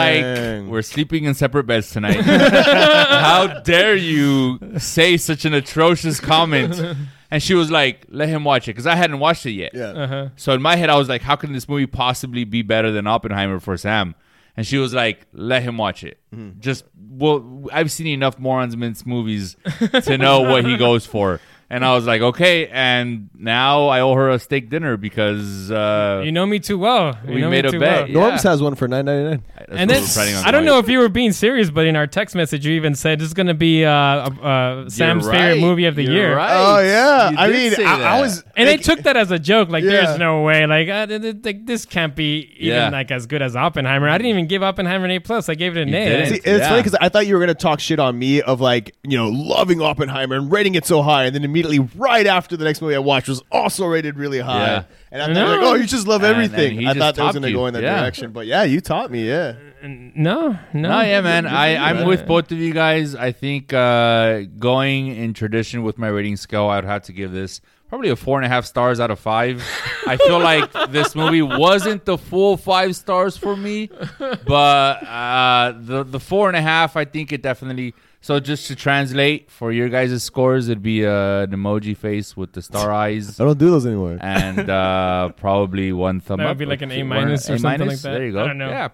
S4: like, we're sleeping in separate beds tonight. How dare you say such an atrocious comment? And she was like, let him watch it because I hadn't watched it yet.
S3: Yeah.
S2: Uh-huh.
S4: So in my head, I was like, how can this movie possibly be better than Oppenheimer for Sam? And she was like, let him watch it.
S3: Mm-hmm.
S4: Just, well, I've seen enough Morons Mints movies to know what he goes for. And I was like, okay. And now I owe her a steak dinner because uh,
S2: you know me too well You
S4: We
S2: know me
S4: made a
S2: too
S4: bet.
S2: well.
S3: Norm's
S4: Yeah.
S3: has one for nine ninety nine.
S4: that's
S2: And
S4: what
S2: then
S4: we're planning on
S2: I
S4: going.
S2: don't know if you were being serious, but in our text message, you even said this is going to be uh, uh, Sam's
S4: You're
S2: favorite
S4: right.
S2: movie of the
S4: You're
S2: year.
S4: right.
S3: Oh yeah.
S4: You
S3: I
S4: did
S3: mean,
S4: say
S3: I, I
S4: that.
S3: was.
S2: and I took that as a joke. Like,
S3: Yeah.
S2: there's no way. Like, uh, th- th- like, this can't be even
S4: Yeah.
S2: like as good as Oppenheimer. I didn't even give Oppenheimer an A plus. I gave it an A.
S4: didn't.
S3: See,
S4: See,
S3: it's
S4: Yeah.
S3: funny because I thought you were gonna talk shit on me of like you know loving Oppenheimer and rating it so high, and then immediately right after the next movie I watched was also rated really high,
S4: Yeah.
S3: and I thought like,
S2: know.
S3: oh, you just love
S4: And-
S3: everything.
S4: and he
S3: I
S4: just
S3: thought that was
S4: topped
S3: gonna
S4: you.
S3: go in that
S4: Yeah.
S3: direction, but yeah, you taught me. Yeah,
S2: No, no,
S4: No, yeah, man. I, I'm with both of you guys. I think uh, going in tradition with my rating scale, I'd have to give this probably a four and a half stars out of five. I feel like this movie wasn't the full five stars for me, but uh, the the four and a half, I think it definitely. So just to translate for your guys' scores, it'd be uh, an emoji face with the star eyes.
S3: I don't do those anymore.
S4: and uh, probably one thumb
S2: That would
S4: up.
S2: be like an A
S4: one-
S2: minus or
S4: A
S2: something
S4: minus?
S2: like that.
S4: There you go.
S2: I don't know.
S4: Yeah,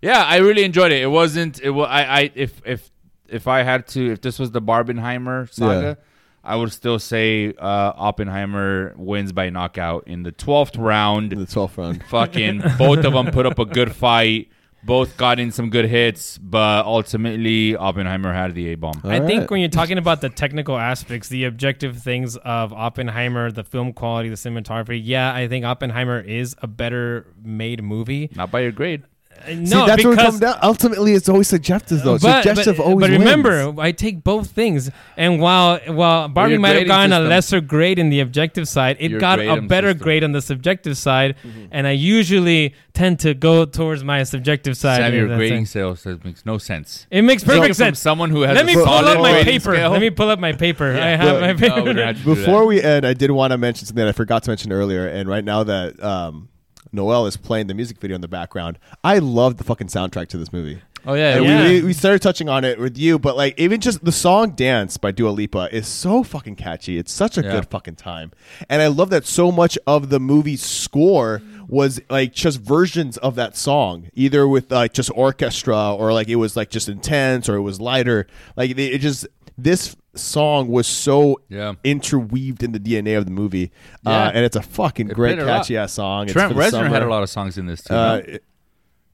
S4: yeah, I really enjoyed it. It wasn't. It was. I. I. If. If. If I had to. If this was the Barbenheimer saga, I would still say uh, Oppenheimer wins by knockout in the twelfth round.
S3: The twelfth round.
S4: Fucking both of them put up a good fight. Both got in some good hits, but ultimately Oppenheimer had the A bomb.
S2: I think
S3: right.
S2: when you're talking about the technical aspects, the objective things of Oppenheimer, the film quality, the cinematography, yeah, I think Oppenheimer is a better made movie.
S4: Not by your grade.
S2: Uh, No,
S3: See, that's where it
S2: because
S3: comes down. Ultimately, it's always suggestive, though. suggestive always.
S2: but remember,
S3: wins.
S2: I take both things. And while while Barbie
S4: your
S2: might have
S4: grading
S2: gotten a
S4: system-
S2: lesser grade in the objective side, it
S4: Your
S2: got a
S4: grading
S2: better
S4: system. Mm-hmm.
S2: grade on the subjective side. And I usually tend to go towards my subjective side.
S4: Sam, your
S2: That's
S4: grading
S2: it.
S4: sales that makes no sense.
S2: It makes perfect
S4: From
S2: sense.
S4: someone who has
S2: Let
S4: a
S2: me pull
S4: solid
S2: up my
S4: rating
S2: paper.
S4: scale.
S2: Let me pull up my paper. I
S3: Look,
S2: have my
S4: No, we're
S2: paper.
S4: gonna have to do that.
S3: Before we end, I did want to mention something that I forgot to mention earlier, and right now that um, Noel is playing the music video in the background, I love the fucking soundtrack to this movie.
S4: Oh yeah,
S3: And
S4: we-
S2: Yeah.
S3: we, we started touching on it with you, but like even just the song "Dance" by Dua Lipa is so fucking catchy. It's such a
S4: Yeah.
S3: good fucking time, and I love that so much of the movie's score was like just versions of that song, either with like just orchestra or like it was like just intense or it was lighter. Like they- it just this song was so
S4: Yeah.
S3: interweaved in the DNA of the movie,
S4: Yeah.
S3: uh, and it's a fucking
S4: It
S3: great
S4: fit a lot.
S3: catchy ass song. It's
S4: Trent
S3: for the
S4: Reznor had
S3: summer.
S4: a lot of songs in this too.
S3: Uh,
S4: no?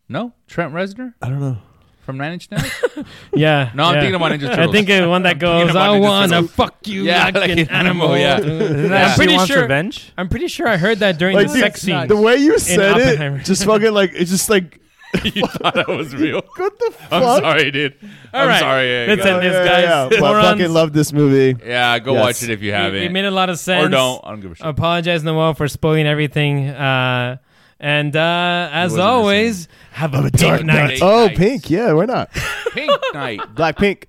S4: No? Trent Reznor
S3: I don't know.
S4: from Nine Inch Nails.
S2: Yeah.
S4: No, I'm
S2: yeah.
S4: thinking about Ninja
S2: I
S4: Turtles.
S2: think the one that
S4: thinking
S2: goes,
S4: about
S2: I
S4: Ninja
S2: wanna
S4: Turtles.
S2: fuck you
S4: Yeah,
S2: like,
S4: like
S2: an
S4: an
S2: animal.
S4: animal, yeah.
S2: I'm
S9: She
S2: pretty
S9: wants
S2: sure.
S9: revenge.
S2: I'm pretty sure I heard that during
S3: like
S2: the
S3: dude,
S2: sex scene.
S3: The way you said
S2: Oppenheimer.
S3: it, just fucking like it's just like
S4: you thought I was real.
S3: What the fuck?
S4: I'm sorry, dude. I'm
S2: right.
S4: sorry. Yeah,
S2: Let's
S4: go-
S2: end this, guys.
S3: But I
S2: Morons.
S3: fucking love this movie.
S4: yeah, go
S3: Yes.
S4: watch it if you haven't.
S2: It made a lot of sense.
S4: Or don't. I don't give a shit.
S2: Apologize, Noel, for spoiling everything. Uh, and uh, as
S4: wasn't
S2: always, have a dark night.
S4: night.
S3: Oh,
S4: Nice.
S3: pink. Yeah, why not?
S4: Pink Night.
S3: Black pink.